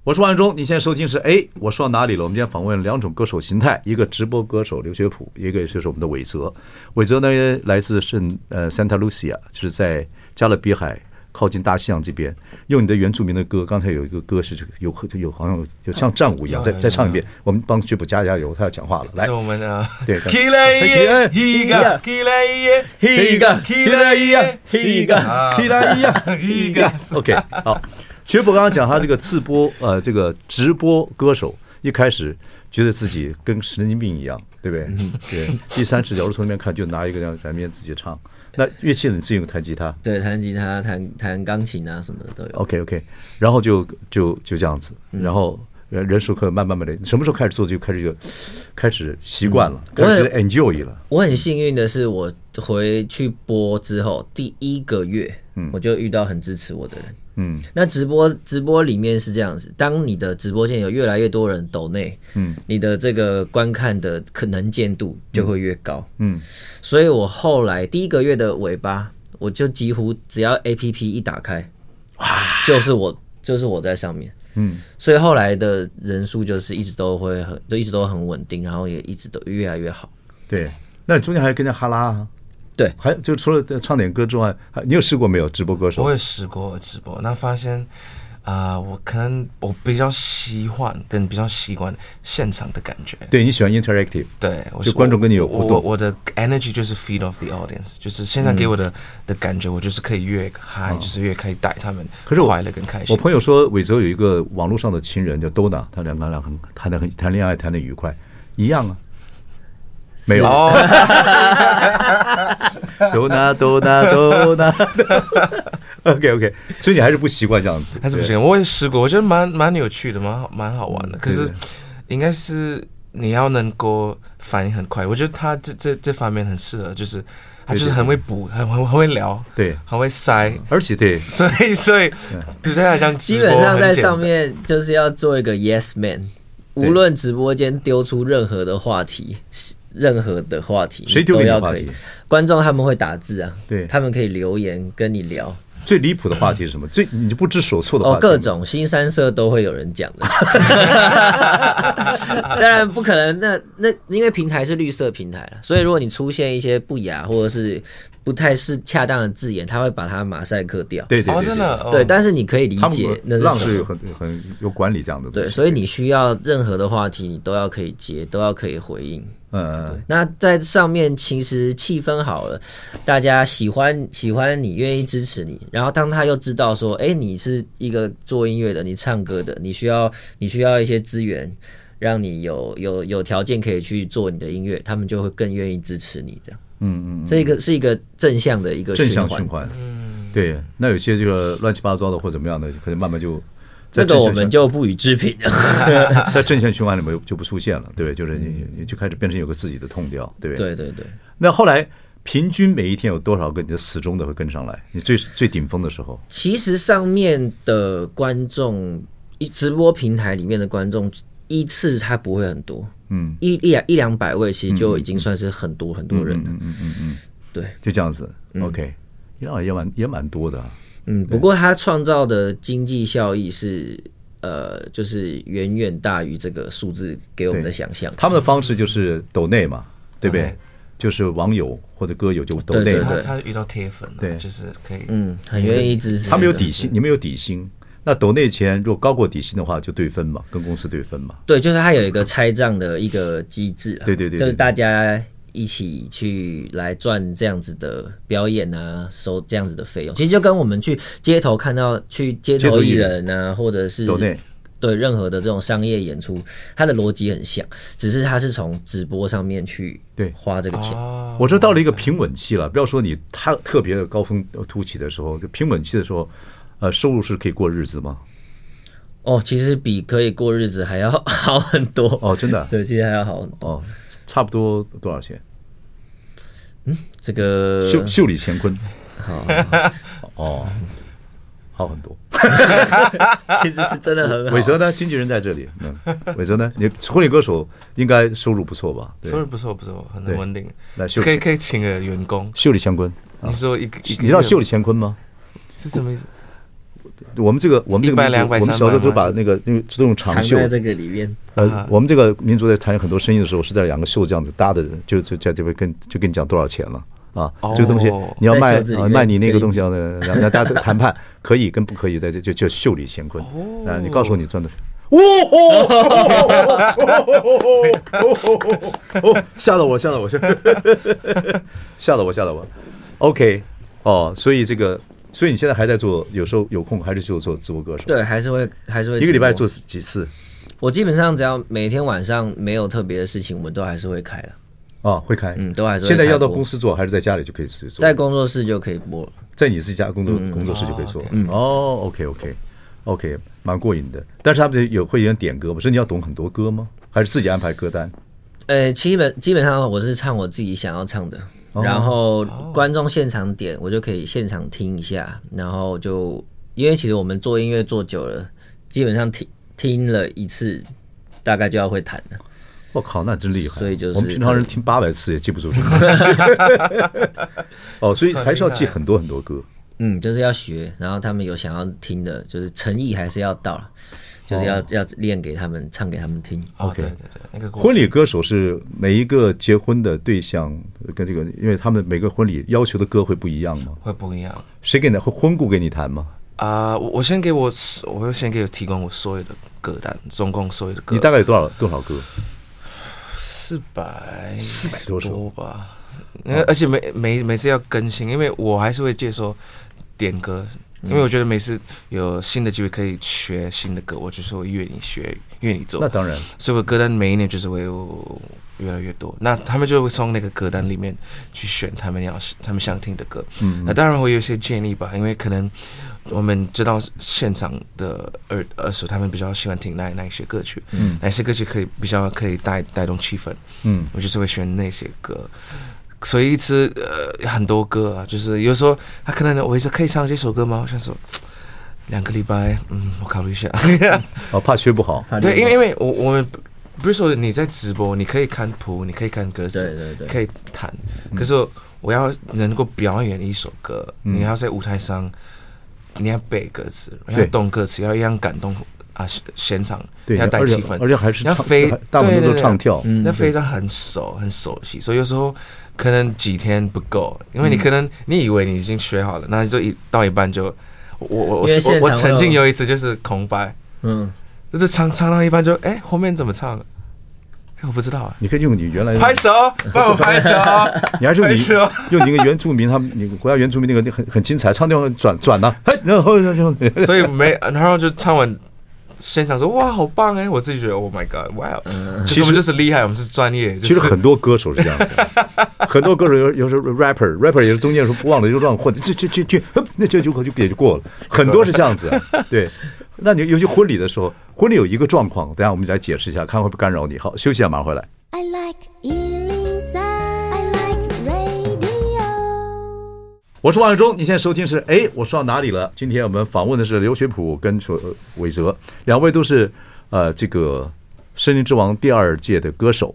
Speaker 1: 我是王安忠，你现在收听是哎，我说到哪里了？我们今天访问两种歌手形态，一个直播歌手刘学普，一个就是我们的韦泽。韦泽呢来自圣呃 Santa Lucia，就是在加勒比海靠近大西洋这边，用你的原住民的歌。刚才有一个歌是这个有有好像有有像战舞一样，
Speaker 3: 有
Speaker 1: 再
Speaker 3: 啊有
Speaker 1: 再唱一
Speaker 3: 有
Speaker 1: 遍。我们帮学普加加油，他要讲话了，来
Speaker 3: 是。我们呃的
Speaker 1: 对
Speaker 3: 起来耶，起来起来耶，
Speaker 1: 一个，起来一个，一
Speaker 3: 啊
Speaker 1: 个，
Speaker 2: 啊
Speaker 1: 起来 一个，
Speaker 3: 一个
Speaker 1: OK，好。学普刚刚讲他这个自播，呃，这个直播歌手，一开始觉得自己跟神经病一样，对不对？
Speaker 2: 嗯
Speaker 1: 对。第三视角如果从那边看，就拿一个这样在那边自己唱。那乐器呢？你自己有弹吉他
Speaker 2: 对，弹吉他、弹弹钢琴啊什么的都有。
Speaker 1: ？OK OK，然后就就就这样子，
Speaker 2: 嗯
Speaker 1: 然后人人数可以慢慢慢的，什么时候开始做就开始就开始习惯了，开
Speaker 2: 嗯我也
Speaker 1: 始觉得 enjoy 了。
Speaker 2: 我很幸运的是，嗯我回去播之后第一个月，我就遇到很支持我的人。
Speaker 1: 嗯
Speaker 2: 那直播直播里面是这样子，当你的直播间有越来越多人抖内，
Speaker 1: 嗯
Speaker 2: 你的这个观看的可能见度就会越高。
Speaker 1: 嗯
Speaker 2: 所以我后来第一个月的尾巴，我就几乎只要 A P P 一打开，哇，就是我就是我在上面。
Speaker 1: 嗯，
Speaker 2: 所以后来的人数就是一直都会很，就一直都很稳定，然后也一直都越来越好。
Speaker 1: 对。那中间还跟人家哈拉啊？
Speaker 2: 对
Speaker 1: 还就除了唱点歌之外，还你有试过没有直播歌手？
Speaker 3: 我也试过直播，那发现啊、我可能我比较喜欢跟比较习惯现场的感觉。
Speaker 1: 对你喜欢 interactive，
Speaker 3: 对，我
Speaker 1: 就是观众跟你有互动
Speaker 3: 我我我的 energy 就是 feed off the audience，就是现在给
Speaker 1: 嗯
Speaker 3: 我的、的感觉，我就是可以越嗨、就是越可以带他们
Speaker 1: 哦可是我
Speaker 3: 快乐跟开
Speaker 1: 我
Speaker 3: 心。
Speaker 1: 朋友说，韦泽有一个网络上的亲人叫 Dona，他俩他俩很谈的很谈恋爱谈的愉快，一样啊。没有
Speaker 3: 哦，
Speaker 1: ，Dona Dona Dona。OK OK，所以你还是不习惯这样子，
Speaker 3: 还是不
Speaker 1: 对嗯
Speaker 3: 行，我也试过，我觉得蛮蛮有趣的，蛮好蛮好玩的。可是
Speaker 1: 对
Speaker 3: 应该是你要能够反应很快，我觉得他这这这方面很适合，就是他
Speaker 1: 对
Speaker 3: 就是
Speaker 1: 对
Speaker 3: 很会补，很很很会聊，
Speaker 1: 对嗯
Speaker 3: 很会塞。
Speaker 1: 而且对
Speaker 3: 所以，所以对他来讲，
Speaker 2: 基
Speaker 3: 直播
Speaker 2: 本上
Speaker 3: 很
Speaker 2: 在
Speaker 3: 简
Speaker 2: 上
Speaker 3: 单
Speaker 2: 面就是要做一个 yes man，无论直播间丢出任何的话题，任何的话题，
Speaker 1: 谁丢给你
Speaker 2: 都
Speaker 1: 的
Speaker 2: 要
Speaker 1: 话
Speaker 2: 可
Speaker 1: 题
Speaker 2: 以。观众他们会打字啊，
Speaker 1: 对
Speaker 2: 他们可以留言跟你聊
Speaker 1: 最离谱的话题是什么？最你就不知所措的话
Speaker 2: 哦
Speaker 1: 题，，
Speaker 2: 各种新三社都会有人讲的。 当然不可能，那那因为平台是绿色平台了，所以如果你出现一些不雅或者是不太是恰当的字眼，他会把它马赛克掉。
Speaker 1: 对对
Speaker 3: 哦，
Speaker 1: 对
Speaker 3: 真
Speaker 1: 对
Speaker 3: 的，哦
Speaker 2: 对，但是你可以理
Speaker 1: 他们
Speaker 2: 解那
Speaker 1: 浪
Speaker 2: 是什么
Speaker 1: 是。很很有管理这样的东西，
Speaker 2: 对，所以你需要任何的话题，你都要可以接，都要可以回应。
Speaker 1: 嗯嗯
Speaker 2: 那在上面其实气氛好了，大家喜欢喜欢你，愿意支持你。然后当他又知道说，哎、你是一个做音乐的，你唱歌的，你需要你需要一些资源，让你有有有条件可以去做你的音乐，他们就会更愿意支持你。这样，
Speaker 1: 嗯嗯，
Speaker 2: 这个是一个正向的一个
Speaker 1: 正向循
Speaker 2: 环。
Speaker 1: 环，对，那有些这个乱七八糟的或怎么样的，可能慢慢就在
Speaker 2: 这个
Speaker 1: 正
Speaker 2: 我
Speaker 1: 向
Speaker 2: 们
Speaker 1: 循
Speaker 2: 就不予置评了。
Speaker 1: 在正向循环里面就不出现了，对，就是你你就开始变成有个自己的痛调，对不对？
Speaker 2: 嗯对对对。
Speaker 1: 那后来平均每一天有多少个你的死忠的会跟上来？你最最顶峰的时候，
Speaker 2: 其实上面的观众，一直播平台里面的观众，一次他不会很多，
Speaker 1: 嗯，
Speaker 2: 一一两一两百位，其实就已经算是很多很多人了。
Speaker 1: 嗯嗯嗯嗯，
Speaker 2: 对，
Speaker 1: 就这样子，OK，一两也蛮也蛮多的啊，
Speaker 2: 嗯，不过他创造的经济效益是。呃，就是远远大于这个数字给我们的
Speaker 1: 对
Speaker 2: 想象。
Speaker 1: 他们的方式就是抖内嘛，对不
Speaker 3: 抖
Speaker 1: 对
Speaker 3: 内？
Speaker 1: 就是网友或者歌友就抖内
Speaker 2: 嗯对
Speaker 1: 嘛，
Speaker 3: 他
Speaker 2: 对
Speaker 3: 他遇到铁粉了，
Speaker 1: 对
Speaker 3: 就是可以，
Speaker 2: 嗯，很愿意支持。
Speaker 1: 他们有底薪，你们有底薪。那抖内钱如果高过底薪的话，就对分嘛，跟公司对分嘛。
Speaker 2: 对，就是它有一个拆账的一个机制、啊，
Speaker 1: 对对对对
Speaker 2: 就是大家一起去来赚这样子的表演啊，收这样子的费用，其实就跟我们去街头看到去街
Speaker 1: 街头
Speaker 2: 头
Speaker 1: 艺
Speaker 2: 艺
Speaker 1: 人
Speaker 2: 人啊，或者是
Speaker 1: 抖内
Speaker 2: 对任何的这种商业演出，它的逻辑很像，只是它是从直播上面去
Speaker 1: 对
Speaker 2: 花这个钱，
Speaker 3: 哦
Speaker 1: 我说到了一个平稳期了，不要说你他特别的高峰突起的时候，就平稳期的时候，呃，收入是可以过日子吗？
Speaker 2: 哦，其实比可以过日子还要 好很多
Speaker 1: 哦，真的啊
Speaker 2: 对，其实还要好很多。
Speaker 1: 哦，差不多多少钱？
Speaker 2: 这
Speaker 3: 呃
Speaker 2: 个
Speaker 1: 袖袖里乾坤
Speaker 2: 好，
Speaker 1: 哦，好很多。
Speaker 2: 其实是真的很好。
Speaker 1: 伟泽呢？经纪人在这里，嗯，伟泽呢？你婚礼歌手应该收入不错吧？对
Speaker 3: 收入不错不错，很
Speaker 1: 对
Speaker 3: 稳定
Speaker 1: 来，秀
Speaker 3: 可以可以请个员工。
Speaker 1: 袖里乾坤，
Speaker 3: 你说一个一个
Speaker 1: 你知道
Speaker 3: 月
Speaker 1: 袖里乾坤吗？
Speaker 3: 是什么意思？
Speaker 1: 我们这个我们这个
Speaker 3: 100
Speaker 1: 民族
Speaker 3: 200
Speaker 1: 我们小时候
Speaker 3: 300
Speaker 1: 都把那个那个这种长
Speaker 2: 藏
Speaker 1: 袖
Speaker 2: 在这个里面，
Speaker 1: 呃
Speaker 3: 啊，
Speaker 1: 我们这个民族在谈很多生意的时候，是在两个袖这样子搭的，就就在这边跟就跟你讲多少钱了啊
Speaker 3: 哦。
Speaker 1: 这个东西你要卖
Speaker 2: 在袖子里
Speaker 1: 呃
Speaker 2: 面
Speaker 1: 卖你那个
Speaker 2: 可以
Speaker 1: 东西要的，然后大家谈判可以跟不可以，在这就就袖里乾坤
Speaker 3: 哦
Speaker 1: 啊。你告诉我你赚的。哦哦哦哦哦哦！吓到我，吓到我，吓吓到我，吓到我。OK，哦，所以这个，所以你现在还在做，有时候有空还是就做直播歌手，
Speaker 2: 对，还是会还是会
Speaker 1: 一个礼拜
Speaker 2: 直播
Speaker 1: 做几次
Speaker 2: 我基本上只要每天晚上没有特别的事情，我们都还是会开了，
Speaker 1: 啊？会开，
Speaker 2: 嗯，都还是会
Speaker 1: 现在要到
Speaker 2: 开播
Speaker 1: 公，司做还是在家里就可以自己做？
Speaker 2: 在嗯工作室就可以播了。
Speaker 1: 在你自己家工作工作室就可以做。哦，OK OK OK，蛮过瘾的。但是他们有会员点歌吗？是你要懂很多歌吗？还是自己安排歌单？
Speaker 2: 呃，基本基本上我是唱我自己想要唱的，
Speaker 3: 哦
Speaker 2: 哦然后观众现场点我就可以现场听一下，然后就因为其实我们做音乐做久了，基本上听听了一次，大概就要会弹了。
Speaker 1: 我靠，那真厉害！
Speaker 2: 所以就是
Speaker 1: 我们平常人听八百次也记不住什么东西。 哦，所以还是要记很多很多歌。
Speaker 2: 嗯，就是要学，然后他们有想要听的，就是诚意还是要到了，就是要、要练给他们，唱给他们听。
Speaker 3: 哦
Speaker 1: OK
Speaker 3: 对对对，那个过程
Speaker 1: 婚礼歌手是每一个结婚的对象跟这个，因为他们每个婚礼要求的歌会不一样吗？
Speaker 3: 会不一样。
Speaker 1: 谁给你会婚顾给你弹吗？
Speaker 3: 啊、我我先给我，我会先给我提供我所有的歌单，总共所有的歌，
Speaker 1: 你大概有多少多少歌？
Speaker 3: 四百
Speaker 1: 400多首
Speaker 3: 吧。那而且每每每次要更新，因为我还是会接受点歌，因为我觉得每次有新的机会可以学新的歌，我就是会愿意学，愿意做
Speaker 1: 那。当然，
Speaker 3: 所以我歌单每一年就是会有越来越多，那他们就会从那个歌单里面去选他们要他们想听的歌。
Speaker 1: 嗯
Speaker 3: 那当然会有一些建议吧，因为可能我们知道现场的二二手他们比较喜欢听哪哪一些歌曲，
Speaker 1: 嗯
Speaker 3: 哪些歌曲可以比较可以带带动气氛，
Speaker 1: 嗯，
Speaker 3: 我就是会选那些歌。所以一次呃很多歌啊，就是有时候他可能我一直可以唱这首歌吗？我想说两个礼拜，嗯，我考虑一下。
Speaker 1: 啊，怕学不好。
Speaker 3: 对，因为因为我我们不是说你在直播，你可以看谱，你可以看歌词，
Speaker 2: 对对对
Speaker 3: 可以弹。可是我要能够表演一首歌，
Speaker 1: 嗯
Speaker 3: 你要在舞台上，你要背歌词，你要
Speaker 1: 对
Speaker 3: 懂歌词，要一样感动啊现现场，
Speaker 1: 对，
Speaker 3: 要带
Speaker 1: 而且
Speaker 3: 气氛，
Speaker 1: 而且还是
Speaker 3: 要
Speaker 1: 唱，
Speaker 3: 非
Speaker 1: 大部分都
Speaker 3: 对对对
Speaker 1: 唱跳。
Speaker 2: 嗯
Speaker 3: 那非常很熟很熟悉，所以有时候可能几天不够，因为你可能你以为你已经学好了，那你就一到一半就。我我我
Speaker 2: 因为现
Speaker 3: 我
Speaker 2: 场
Speaker 3: 我
Speaker 2: 会
Speaker 3: 曾经
Speaker 2: 有
Speaker 3: 有一次就是空白，
Speaker 2: 嗯，
Speaker 3: 就是唱唱到一半就哎、后面怎么唱了？哎、我不知道啊。
Speaker 1: 你可以用你原来的
Speaker 3: 拍手，帮我拍手。
Speaker 1: 你还是用你
Speaker 3: 拍手
Speaker 1: 用你那个原住民，他们你国家原住民那个那很很精彩，唱调转转呐，嘿然后然后然后
Speaker 3: 所以没，然后就唱完，现场说哇，好棒哎、我自己觉得 Oh my God，哇、其实我们就是厉害，我们是专业。就是、
Speaker 1: 其实很多歌手是这样 的，很多歌手有有时候 rapper rapper 也是中间说忘了就乱混，这这这这那这就就也就过了，很多是这样子、啊 对。那你尤其婚礼的时候，婚礼有一个状况，等一下我们来解释一下，看会不会干扰你。好，休息一下，马上回来。
Speaker 4: I like Ealing Sound. I like radio.
Speaker 1: 我是王伟忠，你现在收听是哎，我说到哪里了？今天我们访问的是刘学普跟楚呃韦哲，两位都是呃这个《森林之王》第二届的歌手。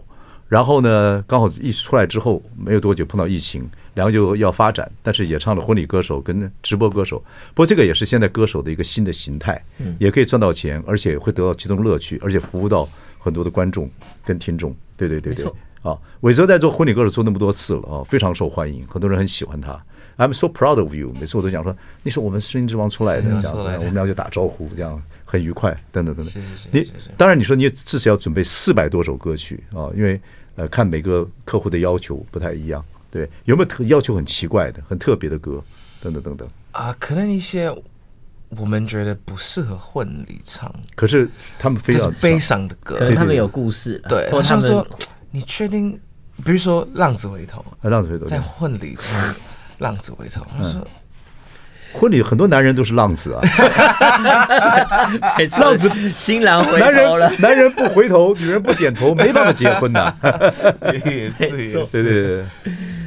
Speaker 1: 然后呢，刚好一出来之后没有多久碰到疫情，两个就要发展，但是也唱了婚礼歌手跟直播歌手。不过这个也是现在歌手的一个新的形态，
Speaker 2: 嗯
Speaker 1: 也可以赚到钱，而且会得到其中乐趣，而且服务到很多的观众跟听众。对对对
Speaker 2: 没
Speaker 1: 对
Speaker 2: 错。
Speaker 1: 啊，伟哲在做婚礼歌手做那么多次了啊，非常受欢迎，很多人很喜欢他。I'm so proud of you。每次我都讲说，你是我们声音之王出来的，
Speaker 3: 是
Speaker 1: 这样
Speaker 3: 啊
Speaker 1: 子，
Speaker 3: 出来的
Speaker 1: 我们俩就打招呼，这样很愉快，等等等等。
Speaker 3: 是是是
Speaker 1: 你
Speaker 3: 是是
Speaker 1: 当然你说你也至少要准备四百多首歌曲啊，因为呃看每个客户的要求不太一样，对，有没有特要求很奇怪的、很特别的歌，等等等等。
Speaker 3: 啊，可能一些我们觉得不适合婚礼唱，
Speaker 1: 可是他们非
Speaker 3: 就是
Speaker 1: 常
Speaker 3: 悲伤的歌
Speaker 2: 可。能他们
Speaker 1: 对
Speaker 2: 有故事啦，
Speaker 3: 对，
Speaker 2: 或者他
Speaker 3: 好像
Speaker 2: 们
Speaker 3: 说你确定？比如说《浪子回头
Speaker 1: 啊浪子回头》
Speaker 3: 在婚礼唱《浪子回头》，我说
Speaker 1: 婚礼很多男人都是浪子啊，
Speaker 2: 每 次
Speaker 1: 浪子
Speaker 2: 新郎回
Speaker 1: 男
Speaker 2: 头了
Speaker 1: 人，男人不回头，女人不点头，没办法结婚 呐、
Speaker 3: 也是也
Speaker 1: 对
Speaker 3: 是，
Speaker 1: 对对对。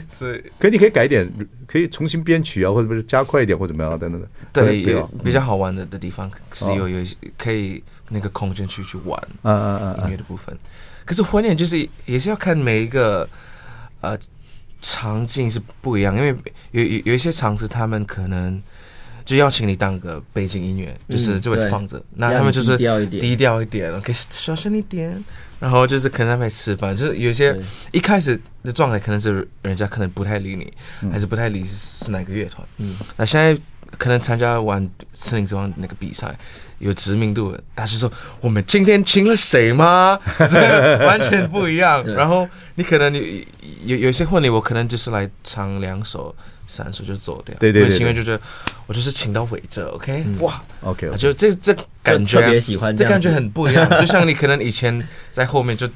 Speaker 3: 所以
Speaker 1: 可你可以改一点，可以重新编曲啊，或者不是加快一点，或者怎么样啊等等的。
Speaker 3: 对，
Speaker 1: 不
Speaker 3: 有
Speaker 1: 要
Speaker 3: 比较好玩的的地方是
Speaker 1: 哦
Speaker 3: 有有一些可以那个空间去去玩
Speaker 1: 啊啊啊
Speaker 2: 嗯
Speaker 3: 音
Speaker 1: 啊！
Speaker 3: 乐的部分。可是婚宴就是也是要看每一个呃场景是不一样，因为有有有一些场次他们可能就邀请你当个背景音乐，就是
Speaker 2: 嗯
Speaker 3: 就会
Speaker 2: 对
Speaker 3: 放着，那
Speaker 2: 让
Speaker 3: 他
Speaker 2: 你
Speaker 3: 们就是
Speaker 2: 低调一点
Speaker 3: 低调一点，可以小声一点。然后就是可能他们在吃饭，就是有一些
Speaker 2: 对
Speaker 3: 一开始的状态可能是人家可能不太理你，
Speaker 1: 嗯
Speaker 3: 还是不太理是是哪个乐团。嗯，那现在可能参加完《森林之王》那个比赛，有知名度了，大家就说我们今天请了谁吗？ 这完全不一样。然后你可能你有有有些婚礼，我可能就是来唱两首、三首就走掉。
Speaker 1: 对对对嗯
Speaker 3: 因为
Speaker 1: 对
Speaker 3: 因为就觉得我就是请到伟哲，OK，哇，
Speaker 1: OK，
Speaker 3: 啊就这这感觉啊
Speaker 2: 特别喜欢这
Speaker 3: 这
Speaker 2: 样
Speaker 3: 感
Speaker 2: 子
Speaker 3: 觉很不一样。就像你可能以前在后面就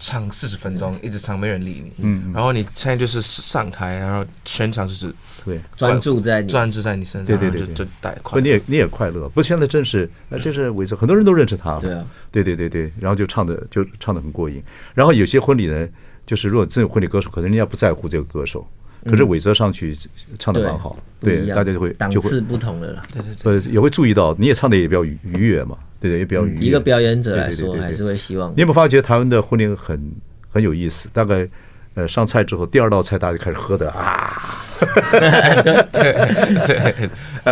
Speaker 3: 唱四十分钟，一直唱没人理你，嗯，然后你现在就是上台，然后全场就是
Speaker 1: 对，
Speaker 2: 专注在你，
Speaker 3: 专注在你身上，
Speaker 1: 对对对
Speaker 3: 然后就
Speaker 1: 对
Speaker 3: 就带
Speaker 1: 不
Speaker 3: 快
Speaker 1: 你
Speaker 3: 乐。
Speaker 1: 也你也快乐，不现在真是，呃这是韦斯，很多人都认识他了。
Speaker 2: 对啊，
Speaker 1: 对对对对，然后就唱的就唱的很过瘾。然后有些婚礼呢，就是如果真有婚礼歌手，可能人家不在乎这个歌手，可是伟泽上去唱的蛮好，
Speaker 2: 嗯不
Speaker 1: 对
Speaker 2: 一，样
Speaker 1: 大家就会
Speaker 2: 档
Speaker 1: 就会
Speaker 2: 次不同了啦。
Speaker 3: 对对对，
Speaker 1: 呃也会注意到，你也唱的也比较愉愉悦嘛，对对，也比较愉悦。
Speaker 2: 嗯一个表演者来
Speaker 1: 对对对
Speaker 2: 说，
Speaker 1: 对对
Speaker 2: 还是会希望
Speaker 1: 你有没有发觉台湾的婚礼很很有意思？大概呃上菜之后，第二道菜大家就开始喝的啊，
Speaker 3: 对对，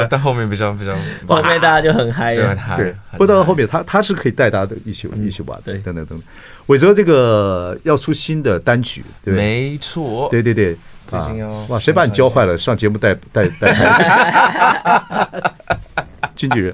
Speaker 3: 到后面比较比较
Speaker 2: 后面大家就很嗨
Speaker 3: 就很
Speaker 2: 了。
Speaker 3: 嗨，
Speaker 1: 对
Speaker 3: 很，
Speaker 1: 不到后面他他是可以带大家一起
Speaker 3: 嗯
Speaker 1: 一起玩的，
Speaker 2: 对
Speaker 1: 等等等等。伟泽这个要出新的单曲，对不对？
Speaker 3: 没错，
Speaker 1: 对对对，
Speaker 3: 最近要
Speaker 1: 啊哇，谁把你教坏了？上节目带带带， 经纪人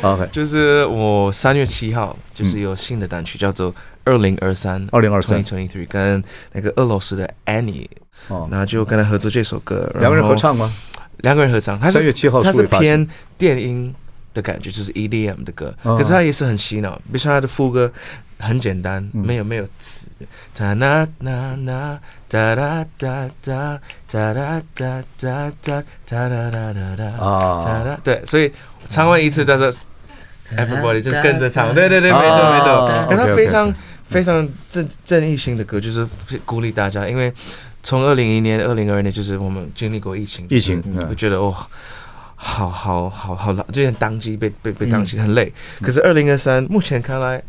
Speaker 1: ，OK，
Speaker 3: 就是我三月七号就是有新的单曲叫做《二零二三》
Speaker 1: 2023
Speaker 3: Twenty Twenty Three，跟那个俄罗斯的 Annie，
Speaker 1: 哦，
Speaker 3: 然后就跟他合作这首歌，然
Speaker 1: 两个人
Speaker 3: 后
Speaker 1: 合，唱吗？
Speaker 3: 两个人合唱，他是
Speaker 1: 3月7号
Speaker 3: 他
Speaker 1: 数
Speaker 3: 是
Speaker 1: 位发
Speaker 3: 偏电音的感觉，就是 EDM 的歌，
Speaker 1: 哦
Speaker 3: 可是他也是很洗脑，比如说他的副歌很简单，
Speaker 1: 嗯
Speaker 3: 没有没有词，哒啦啦啦，哒啦哒哒，哒啦哒哒哒，哒啦啦啦啦，
Speaker 1: 啊
Speaker 3: 哒啦，对，所以唱完一次，但是 everybody 就跟着唱，对对对，
Speaker 1: 啊
Speaker 3: 没错没错
Speaker 1: 啊，
Speaker 3: 可是他
Speaker 1: OK，OK，
Speaker 3: 非常非常正正义性的歌，就是鼓励大家，因为从二零一年、二零二年，就是我们经历过疫情，
Speaker 1: 疫情
Speaker 3: 就是
Speaker 1: 嗯
Speaker 3: 会觉得哦。好好好好了，就像当机被被被当机
Speaker 1: 嗯
Speaker 3: 很累，可是二零二三目前看来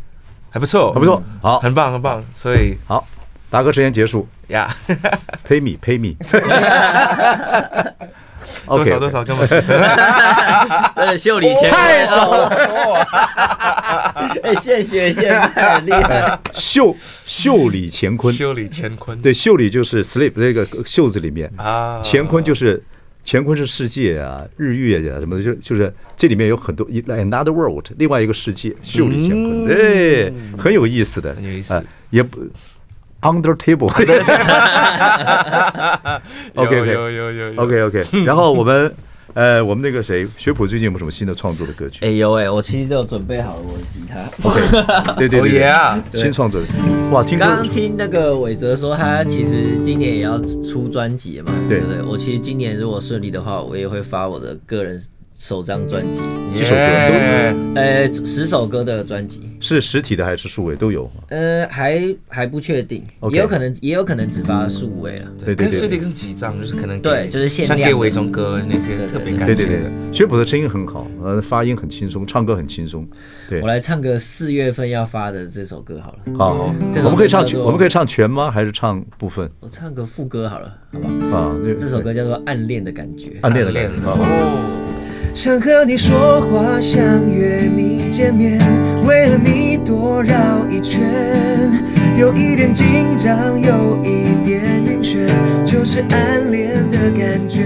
Speaker 3: 还不错，
Speaker 1: 还不错，好，
Speaker 3: 很棒很棒，所以
Speaker 1: 好，达哥时间结束
Speaker 3: 呀，
Speaker 1: ，pay me，pay me，
Speaker 3: 多
Speaker 1: OK，
Speaker 3: 少多少根本是
Speaker 2: 真的秀里前太少了， 哎，谢谢谢谢，很厉 害。
Speaker 1: 袖袖里乾坤，
Speaker 3: 修理乾坤，
Speaker 1: 对，袖里就是 sleep 这个呃袖子里面，
Speaker 3: 啊，
Speaker 1: 乾坤就是乾坤是世界啊，日月啊什么的，就就是这里面有很多一 another world，另外一个世界，袖里乾坤，哎，很有意思的，
Speaker 3: 嗯很有意思
Speaker 1: 啊也不 under table，OK
Speaker 3: 有
Speaker 1: OK
Speaker 3: 有有有有
Speaker 1: OK OK，然后我们呃，我们那个谁，学普最近有没有什么新的创作的歌曲
Speaker 2: 哎？呦喂，我其实都有准备好了我的吉他。
Speaker 1: 对对对
Speaker 3: Oh yeah
Speaker 1: 对，新创作的，哇，听
Speaker 2: 刚刚
Speaker 1: 说
Speaker 2: 听那个伟哲说，他其实今年也要出专辑了嘛，
Speaker 1: 对
Speaker 2: 对不对？我其实今年如果顺利的话，我也会发我的个人首张专辑，
Speaker 1: 几首歌
Speaker 3: 耶
Speaker 2: 呃，十首歌的专辑，
Speaker 1: 是实体的还是数位都有，
Speaker 2: 呃，还还不确定
Speaker 1: OK
Speaker 2: 也有可能也有可能只发数位啊了。
Speaker 1: 对对对
Speaker 3: 跟世界更几张，就是可能给
Speaker 2: 对就是限
Speaker 3: 像
Speaker 2: 量的
Speaker 3: 给伟忠哥那些特别感
Speaker 1: 对
Speaker 3: 谢
Speaker 1: 对对，学普的声音很好，呃，发音很轻松，唱歌很轻松，对
Speaker 2: 我。来唱个四月份要发的这首歌好了，
Speaker 1: 好，
Speaker 2: 这
Speaker 1: 我
Speaker 2: 首
Speaker 1: 们可以唱
Speaker 2: 歌叫
Speaker 1: 全，
Speaker 2: 做
Speaker 1: 我们可以唱全吗？还是唱部分
Speaker 2: 我唱个副歌好了，好不好？
Speaker 1: 啊？那
Speaker 2: 这首歌叫做《暗恋的感觉》。
Speaker 1: 暗恋的
Speaker 3: 暗恋
Speaker 1: 感觉
Speaker 3: 的
Speaker 1: 啊，
Speaker 3: 哦，
Speaker 2: 想和你说话，想约你见面，为了你多绕一圈，有一点紧张，有一点晕眩，就是暗恋的感觉。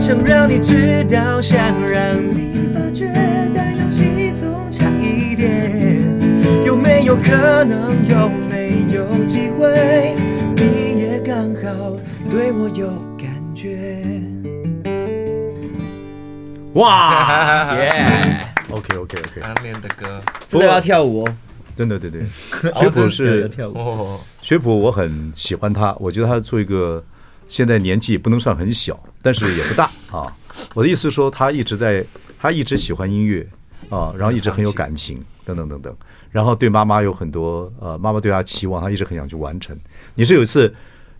Speaker 2: 想让你知道，想让你发觉，但勇气总差一点。有没有可能，有没有机会，你也刚好对我有感觉？
Speaker 1: 哇
Speaker 2: 耶！
Speaker 1: ，OK OK OK，
Speaker 3: 暗恋的歌
Speaker 2: 真的要跳舞哦，
Speaker 1: 真的对对，学普
Speaker 2: 要
Speaker 1: 是
Speaker 2: 跳舞。
Speaker 3: 哦，
Speaker 1: 学普，我很喜欢他，我觉得他做一个现在年纪也不能算很小，但是也不大啊。我的意思是说，他一直在，他一直喜欢音乐啊，然后一直很有感情，等等等等，然后对妈妈有很多呃，妈妈对他期望，他一直很想去完成。你是有一次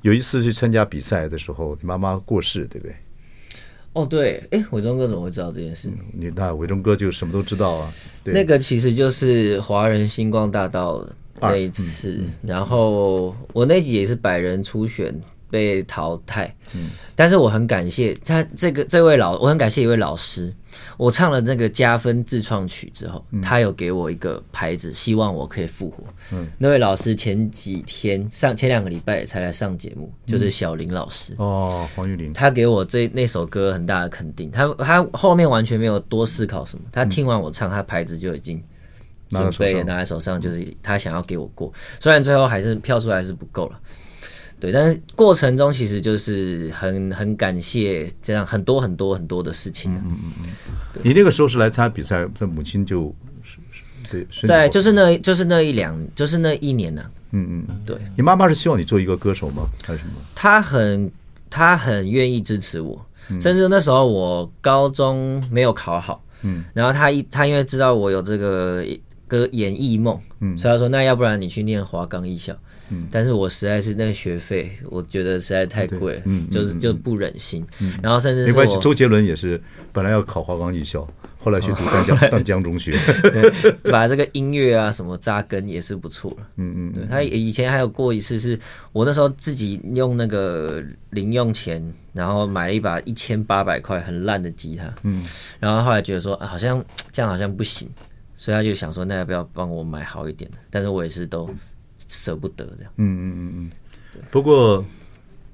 Speaker 1: 有一次去参加比赛的时候，你妈妈过世，对不对？
Speaker 2: 哦，对，哎，伟忠哥怎么会知道这件事？
Speaker 1: 你那伟忠哥就什么都知道啊，对，
Speaker 2: 那个其实就是华人星光大道那一次，然后我那集也是百人初选被淘汰，但是我很感谢他这个这位老，我很感谢一位老师，我唱了那个加分自创曲之后，他有给我一个牌子，希望我可以复活。那位老师前几天上前两个礼拜才来上节目，就是小林老师。
Speaker 1: 哦，黄玉玲，
Speaker 2: 他给我这那首歌很大的肯定，他他后面完全没有多思考什么，他听完我唱，他牌子就已经
Speaker 1: 拿到
Speaker 2: 准
Speaker 1: 手
Speaker 2: 备了
Speaker 1: 上
Speaker 2: 拿在手上，就是他想要给我过，虽然最后还是票数还是不够了，对，但是过程中其实就是很很感谢这样很多很多很多的事情
Speaker 1: 嗯
Speaker 2: 啊、
Speaker 1: 你那个时候是来参加比赛，这母亲就是是对，身体
Speaker 2: 在
Speaker 1: 不
Speaker 2: 就是那就是那一两就是那一年呢、啊
Speaker 1: 嗯嗯嗯，
Speaker 2: 对
Speaker 1: 你妈妈是希望你做一个歌手吗？还是什么？
Speaker 2: 他很他很愿意支持我，甚至那时候我高中没有考好，
Speaker 1: 嗯
Speaker 2: 然后他一他因为知道我有这个歌演艺梦，
Speaker 1: 嗯
Speaker 2: 所以他说那要不然你去念华冈艺校，但是我实在是那个学费，我觉得实在太贵了，
Speaker 1: 嗯嗯
Speaker 2: 就是
Speaker 1: 嗯
Speaker 2: 就不忍心，然后甚至
Speaker 1: 没
Speaker 2: 是
Speaker 1: 关系，
Speaker 2: 我
Speaker 1: 周杰伦也是本来要考华冈艺校，后来去
Speaker 2: 哦
Speaker 1: 读淡 江淡江中学。
Speaker 2: 把这个音乐啊什么扎根也是不错了。
Speaker 1: 嗯嗯，
Speaker 2: 对他以前还有过一次是，我那时候自己用那个零用钱，然后买了一把一千八百块很烂的吉他，嗯，然后后来觉得说、啊好像这样好像不行，所以他就想说那要不要帮我买好一点的？但是我也是都舍不得这样，
Speaker 1: 嗯不过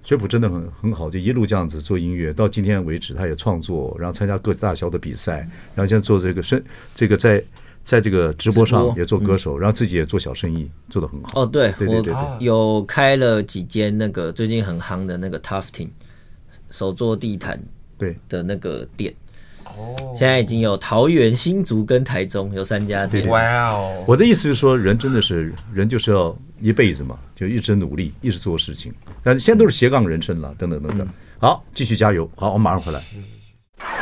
Speaker 1: 学普真的很很好，就一路这样子做音乐，到今天为止，他也创作，然后参加各大小的比赛，然后现在做这个生这个在在这个直播
Speaker 2: 直
Speaker 1: 上
Speaker 2: 播嗯
Speaker 1: 也做歌手，然后自己也做小生意，做得很好。
Speaker 2: 哦，对
Speaker 1: 对对对
Speaker 2: 我
Speaker 1: 对
Speaker 2: 有开了几间那个最近很夯的那个 Tufting 手做地毯
Speaker 1: 对，
Speaker 2: 的那个店。哦，现在已经有桃园、新竹跟台中有三家店，
Speaker 3: 哇哦，
Speaker 1: 我的意思是说，人真的是人就是要一辈子嘛，就一直努力，一直做事情。但现在都是斜杠人生了，等等等等。好，继续加油。好，我马上回来。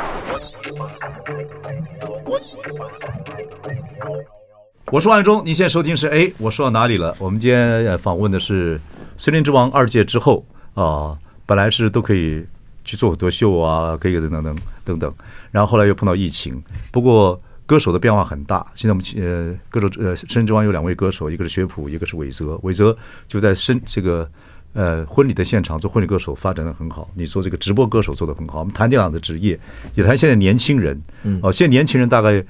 Speaker 1: 我是万忠，您现在收听是哎，我说到哪里了？我们今天呃访问的是《森林之王》二届之后啊、本来是都可以去做很多秀啊，可以等等等等等，然后后来又碰到疫情，不过歌手的变化很大。现在我们呃，歌手呃，《森林之王》有两位歌手，一个是学普，一个是韦泽。韦泽就在深这个呃婚礼的现场做婚礼歌手发展的很好，你做这个直播歌手做的很好。我们谈这样的职业，也谈现在年轻人，嗯，哦，现在年轻人大概。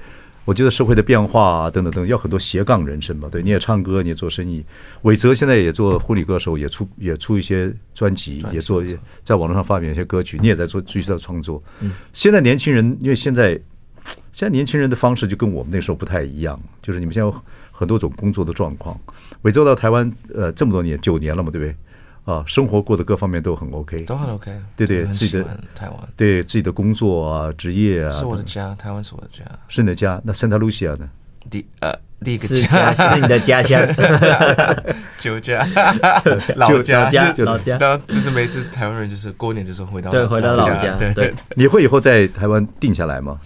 Speaker 1: 我觉得社会的变化啊，等等等，要很多斜杠人生嘛。对，你也唱歌，你也做生意。韦泽现在也做婚礼歌手，也出也出一些专辑，也做也在网络上发表一些歌曲。你也在做继续在创作。
Speaker 3: 嗯
Speaker 1: 现在年轻人，因为现在现在年轻人的方式就跟我们那时候不太一样，就是你们现在有很多种工作的状况。韦泽到台湾呃这么多年，九年了嘛，对不对？啊，生活过得各方面都很 OK，
Speaker 3: 都很 OK，
Speaker 1: 对对
Speaker 3: 我很
Speaker 1: 自己
Speaker 3: 喜
Speaker 1: 的
Speaker 3: 欢台湾
Speaker 1: 对自己的工作啊、职业啊，
Speaker 3: 是我的家，台湾是我的家，
Speaker 1: 是你的家。那 Santa Lucia 呢？
Speaker 3: 第呃第一个
Speaker 2: 是
Speaker 3: 家
Speaker 2: 家是你的家 乡，
Speaker 3: 旧家老家
Speaker 2: 老家
Speaker 1: 就
Speaker 2: 老家，
Speaker 3: 当就是每次台湾人就是过年就是回到
Speaker 2: 对，回到老家，
Speaker 3: 对
Speaker 2: 对，
Speaker 1: 你会以后在台湾定下来吗？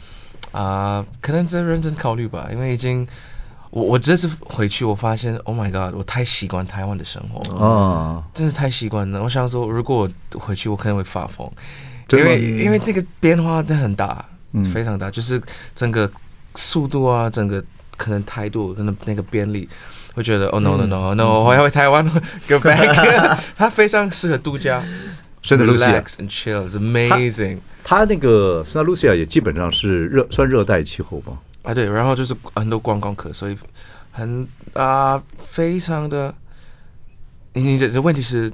Speaker 3: 啊、可能在认真考虑吧，因为已经我我这次回去，我发现 Oh my God，我太习惯台湾的生活，
Speaker 1: 啊，
Speaker 3: 真是太习惯了。我想说，如果我回去，我可能会发疯，
Speaker 1: 真
Speaker 3: 因
Speaker 1: 的吗嗯
Speaker 3: 为因为这个变化真的很大，非常大，就是整个速度啊，整个可能态度跟那个便利。会觉得哦、no
Speaker 1: 嗯
Speaker 3: no no no，我要回台湾 go back，它非常适合度假
Speaker 1: 圣德露西亚
Speaker 3: ，relax and chill，is amazing。
Speaker 1: 它那个圣达 Lucia 也基本上是热算热带气候吧？
Speaker 3: 啊，对，然后就是很多观光客，所以很啊、非常的。你你的问题是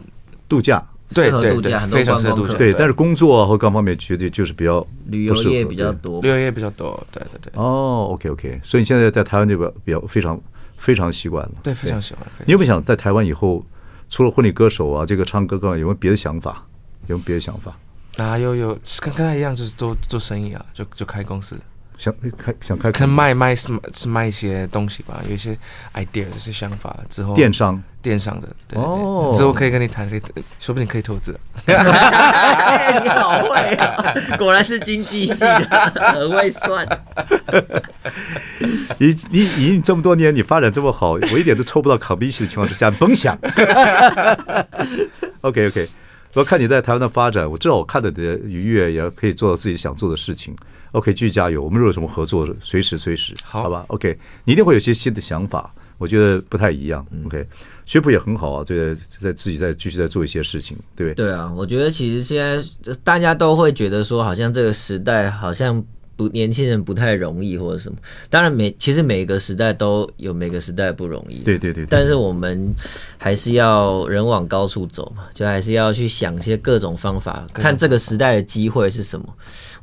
Speaker 1: 度假
Speaker 3: 对
Speaker 2: 适合
Speaker 3: 对
Speaker 2: 度假
Speaker 3: 对，
Speaker 2: 很多
Speaker 3: 非常适合
Speaker 2: 观
Speaker 3: 度
Speaker 2: 光
Speaker 3: 假。
Speaker 2: 客
Speaker 1: 对，但是工作啊或各方面绝对就是比较
Speaker 2: 旅游业比较
Speaker 1: 不适合
Speaker 2: 多，
Speaker 3: 六月比较多，对对对，
Speaker 1: 对哦，OK OK，所以你现在在台湾这边比较非常非常习惯了。
Speaker 3: 对非常喜欢。非
Speaker 1: 你
Speaker 3: 常
Speaker 1: 有没有想在台湾以后，除了婚礼歌手啊，这个唱歌歌有没有别的想法？有没有别的想法？
Speaker 3: 啊，有有跟跟他一样，就是做做生意啊，就就开公司，
Speaker 1: 想开想开
Speaker 3: 可能卖卖卖一些东西吧，有一些 idea，有一些想法之后
Speaker 1: 电商？
Speaker 3: 电商的，对对
Speaker 1: 哦
Speaker 3: 对，之后可以跟你谈，可以说不定可以投资。
Speaker 2: 哎你好会啊！果然是经济系 的，很会算。
Speaker 1: 你你你你这么多年你发展这么好，我一点都抽不到 commission 的情况之下，你甭想。OK OK，我看你在台湾的发展，我至少我看到你的愉悦，也可以做到自己想做的事情。OK，继续加油！我们如果有什么合作，随时随时，
Speaker 3: 好
Speaker 1: 吧？OK，你一定会有些新的想法，我觉得不太一样。OK，学
Speaker 3: 嗯
Speaker 1: 普也很好啊，对，在自己在继续在做一些事情，对不对？
Speaker 2: 对啊，我觉得其实现在呃大家都会觉得说，好像这个时代好像不年轻人不太容易或者什么。当然每其实每个时代都有每个时代不容易，
Speaker 1: 对对对对
Speaker 2: 但是我们还是要人往高处走嘛，就还是要去想一些各种方法，看这个时代的机会是什么。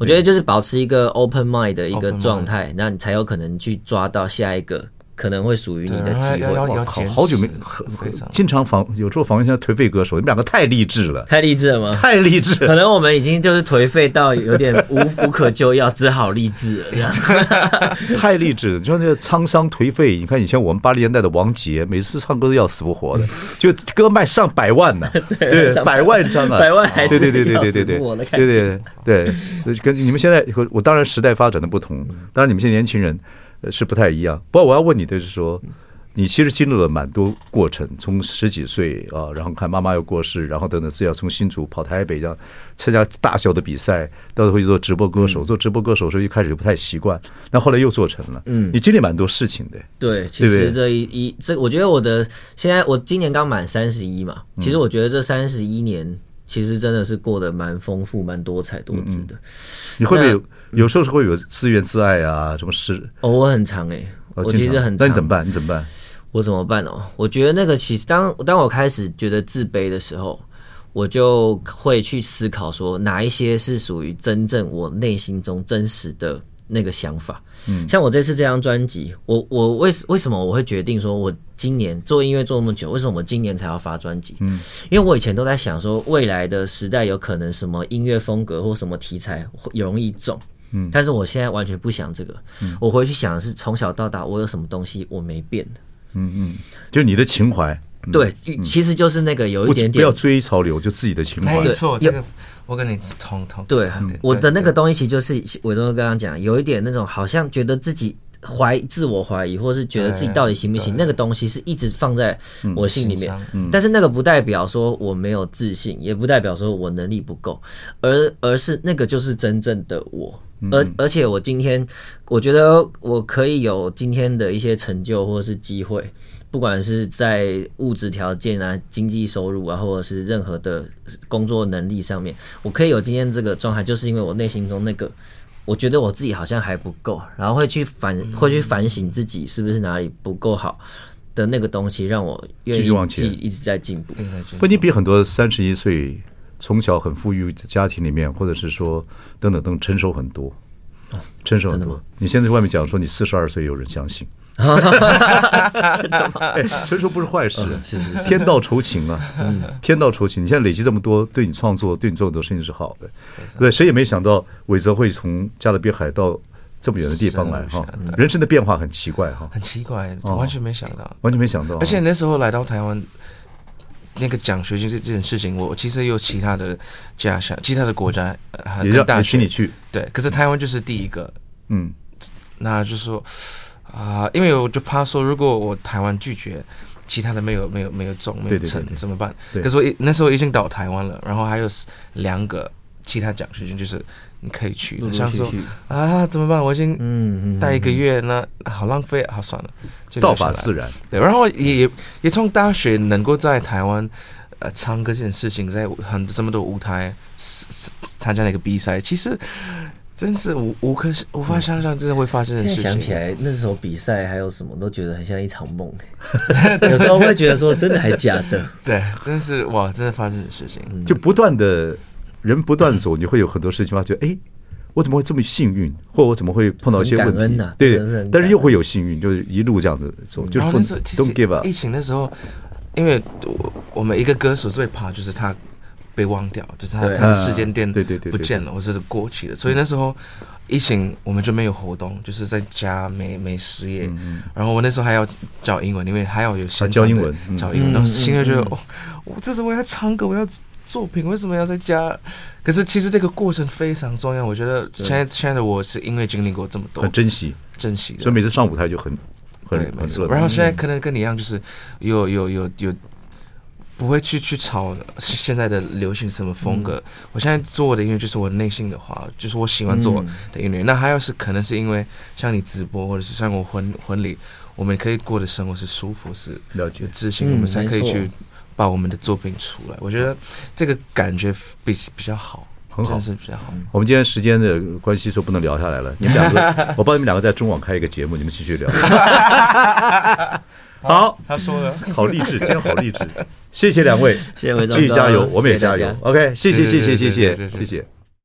Speaker 2: 我觉得就是保持一个 open mind 的一个
Speaker 3: Open mind
Speaker 2: 状态，那你才有可能去抓到下一个可能会属于你
Speaker 3: 对，
Speaker 2: 的
Speaker 3: 然后
Speaker 2: 机
Speaker 3: 要要
Speaker 2: 会。
Speaker 3: 要
Speaker 1: 好
Speaker 3: 坚持，
Speaker 1: 好久没
Speaker 3: 非常
Speaker 1: 经常访，有时候访问一下颓废歌手，你们两个太励志了，
Speaker 2: 太励志了吗？
Speaker 1: 太励 志了
Speaker 2: 可能我们已经就是颓废到有点无无可救药，只好励志了。这样
Speaker 1: 太励志了！你说这个沧桑颓废，你看以前我们八零年代的王杰，每次唱歌都要死不活的，就歌卖上百万呢、 对，
Speaker 2: 上
Speaker 1: 百万张啊，
Speaker 2: 百万还是
Speaker 1: 对对对对对对
Speaker 2: 要死不活的
Speaker 1: 对
Speaker 2: 感觉嗯
Speaker 1: 对对对，跟你们现在和我当然时代发展的不同，当然你们现在年轻人。呃是不太一样。不过我要问你的是说，你其实经历了蛮多过程，从十几岁啊，然后看妈妈又过世，然后等等是要从新竹跑台北，这样参加大小的比赛，到会做直播歌
Speaker 2: 嗯
Speaker 1: 手，做直播歌手的时候一开始就不太习惯，那后来又做成了。嗯，你经历蛮多事情的。
Speaker 2: 对，其
Speaker 1: 对不
Speaker 2: 实
Speaker 1: 对
Speaker 2: 这一一这，我觉得我的现在我今年刚满三十一嘛，
Speaker 1: 嗯
Speaker 2: 其实我觉得这三十一年其实真的是过得蛮丰富、蛮多彩多姿的。
Speaker 1: 你会不会
Speaker 2: 那
Speaker 1: 有有时候是会有自怨自艾啊？什么事？
Speaker 2: 哦，我很长哎、
Speaker 1: 呃
Speaker 2: 我
Speaker 1: 经
Speaker 2: 其实
Speaker 1: 常
Speaker 2: 很
Speaker 1: 那
Speaker 2: 长。
Speaker 1: 你怎么办？你怎么办？
Speaker 2: 我怎么办哦？我觉得那个其实当当我开始觉得自卑的时候，我就会去思考说哪一些是属于真正我内心中真实的那个想法。嗯，像我这次这张专辑，我我为为什么我会决定说我今年做音乐做那么久，为什么我今年才要发专辑？嗯，因为我以前都在想说未来的时代有可能什么音乐风格或什么题材会容易中。嗯，但是我现在完全不想这个，我回去想的是从小到大我有什么东西我没变的，
Speaker 1: 就你的情怀，
Speaker 3: 嗯
Speaker 2: 对，其实就是那个有
Speaker 1: 不
Speaker 2: 一点
Speaker 1: 不要
Speaker 2: 点。
Speaker 1: 追潮流，就自己的情怀。
Speaker 3: 没错，
Speaker 2: 对
Speaker 3: 这个我跟你同同
Speaker 2: 对
Speaker 3: 同点，
Speaker 2: 我的
Speaker 3: 对
Speaker 2: 那个东西就是伟忠哥刚刚讲，有一点那种好像觉得自己怀自我怀疑，或是觉得自己
Speaker 3: 对
Speaker 2: 到底行不行，
Speaker 3: 哎对嗯
Speaker 2: 那个东西是一直放在我心里
Speaker 3: 心
Speaker 2: 面
Speaker 3: 上。
Speaker 1: 嗯
Speaker 2: 但是那个不代表说我没有自信，也不代表说我能力不够，而而是那个就是真正的我。
Speaker 1: 嗯
Speaker 2: 而而且我今天，我觉得我可以有今天的一些成就或是机会，不管是在物质条件啊、经济收入啊，或者是任何的工作能力上面，我可以有今天这个状态，就是因为我内心中那个。我觉得我自己好像还不够，然后会去反
Speaker 1: 嗯
Speaker 2: 会去反省自己是不是哪里不够好的那个东西，让我愿
Speaker 1: 继
Speaker 2: 意
Speaker 1: 续往前
Speaker 2: 继一直在进步。
Speaker 3: 一直在觉得
Speaker 1: 不，你比很多三十一岁从小很富裕的家庭里面，或者是说等等等，成熟很多，成熟很
Speaker 2: 真的
Speaker 1: 多。你现在在外面讲说你四十二岁，有人相信。 哎，成熟不是坏事，
Speaker 2: 是是
Speaker 1: 天道酬勤啊，天道酬勤。你现在累积这么多，对你创作，对你做很多事情是好的。对，谁也没想到韦泽会从加勒比海到这么远的地方来哈
Speaker 3: 是啊，
Speaker 1: 人生的变化很奇怪哈，
Speaker 3: 很奇怪，完全没想到。
Speaker 1: 完全没想到哈。
Speaker 3: 而且那时候来到台湾，那个奖学金这这件事情，我其实也有其他的家乡、其他的国家呃
Speaker 1: 也
Speaker 3: 跟
Speaker 1: 要
Speaker 3: 大
Speaker 1: 也请
Speaker 3: 学
Speaker 1: 你去，
Speaker 3: 对，可是台湾就是第一个，
Speaker 1: 嗯，
Speaker 3: 那就说啊、因为我就怕说，如果我台湾拒绝，其他的没有没有没有中没
Speaker 1: 对对
Speaker 3: 有
Speaker 1: 对
Speaker 3: 成
Speaker 1: 对
Speaker 3: 怎么办？
Speaker 1: 对
Speaker 3: 可是我一那时候已经到台湾了，然后还有两个其他奖学金，就是你可以去，
Speaker 1: 嗯
Speaker 2: 陆陆
Speaker 3: 想
Speaker 2: 续
Speaker 3: 说
Speaker 2: 续
Speaker 3: 啊怎么办？我已经
Speaker 2: 嗯嗯，
Speaker 3: 待一个月，那好浪费，啊好算了，就留
Speaker 1: 道
Speaker 3: 下
Speaker 1: 法
Speaker 3: 来
Speaker 1: 自然。
Speaker 3: 对，然后也也也从大学能够在台湾呃唱歌这件事情，在很这么多舞台是是参加那个比赛，其实真是无无可无法想象，真的会发生的
Speaker 2: 现在
Speaker 3: 事情。
Speaker 2: 想起来那时候比赛还有什么都觉得很像一场 梦、欸，有时候会觉得说真的还假的，
Speaker 3: 对，真是哇，真的发生的事情。
Speaker 1: 就不断的人不断走，你会有很多事情发觉，哎，我怎么会这么幸运，或我怎么会碰到一些
Speaker 2: 很
Speaker 1: 问
Speaker 2: 感恩
Speaker 1: 题
Speaker 2: 呐？
Speaker 1: 对
Speaker 2: 真的是很感，恩
Speaker 1: 但是又会有幸运，就是一路这样子走，就是
Speaker 3: 然后
Speaker 1: 不
Speaker 3: 那时候哎其
Speaker 1: don't give
Speaker 3: 实哎
Speaker 1: up
Speaker 3: 疫。情的时候，因为我我们一个歌手最怕就是他被忘掉，就是他
Speaker 2: 对
Speaker 3: 他的时间点
Speaker 1: 啊对对对对
Speaker 3: 不见了，或者是过期了，所以那时候。疫情我们就没有活动，就是在家没没失业，
Speaker 1: 嗯
Speaker 3: 然后我那时候还要教英文，因为还要有线上
Speaker 1: 教
Speaker 3: 的
Speaker 1: 英文嗯
Speaker 3: 教
Speaker 2: 嗯
Speaker 3: 英文，然后心里就觉得
Speaker 2: 嗯嗯
Speaker 3: 哦，我这是我要唱歌，我要作品，为什么要在家？可是其实这个过程非常重要，我觉得现在现在的我是因为经历过这么多
Speaker 1: 很，珍惜，
Speaker 3: 珍惜的
Speaker 1: 所以每次上舞台就很很
Speaker 3: 对，没
Speaker 1: 很
Speaker 3: 错。
Speaker 1: 乐
Speaker 3: 然后
Speaker 1: 观。
Speaker 3: 现在可能跟你一样，就是有有有有不会去去炒现在的流行什么风格。我现在做的音乐就是我内心的话，就是我喜欢做的音乐。那还有是可能是因为像你直播，或者是像我婚婚礼，我们可以过的生活是舒服，是
Speaker 1: 了解
Speaker 3: 有自
Speaker 2: 嗯
Speaker 3: 信，我们才可以
Speaker 2: 没错
Speaker 3: 去把我们的作品出来。我觉得这个感觉比比较好，
Speaker 1: 很好嗯
Speaker 3: 真的是比较好。
Speaker 1: 我们今天时间的关系，说不能聊下 来了。你们两个，我帮你们两个在中网开一个节目，你们继续聊。 好，
Speaker 3: 他说了，
Speaker 1: 好励志，今天好励志，谢谢两位，
Speaker 2: 谢谢伟忠
Speaker 1: 继续
Speaker 2: 哥
Speaker 1: 加油，我们也
Speaker 2: 谢谢
Speaker 1: 加
Speaker 2: 大
Speaker 1: 油
Speaker 2: 家。
Speaker 1: OK，谢谢，谢谢，谢
Speaker 3: 谢谢
Speaker 1: 谢，
Speaker 3: 谢谢
Speaker 1: 谢谢。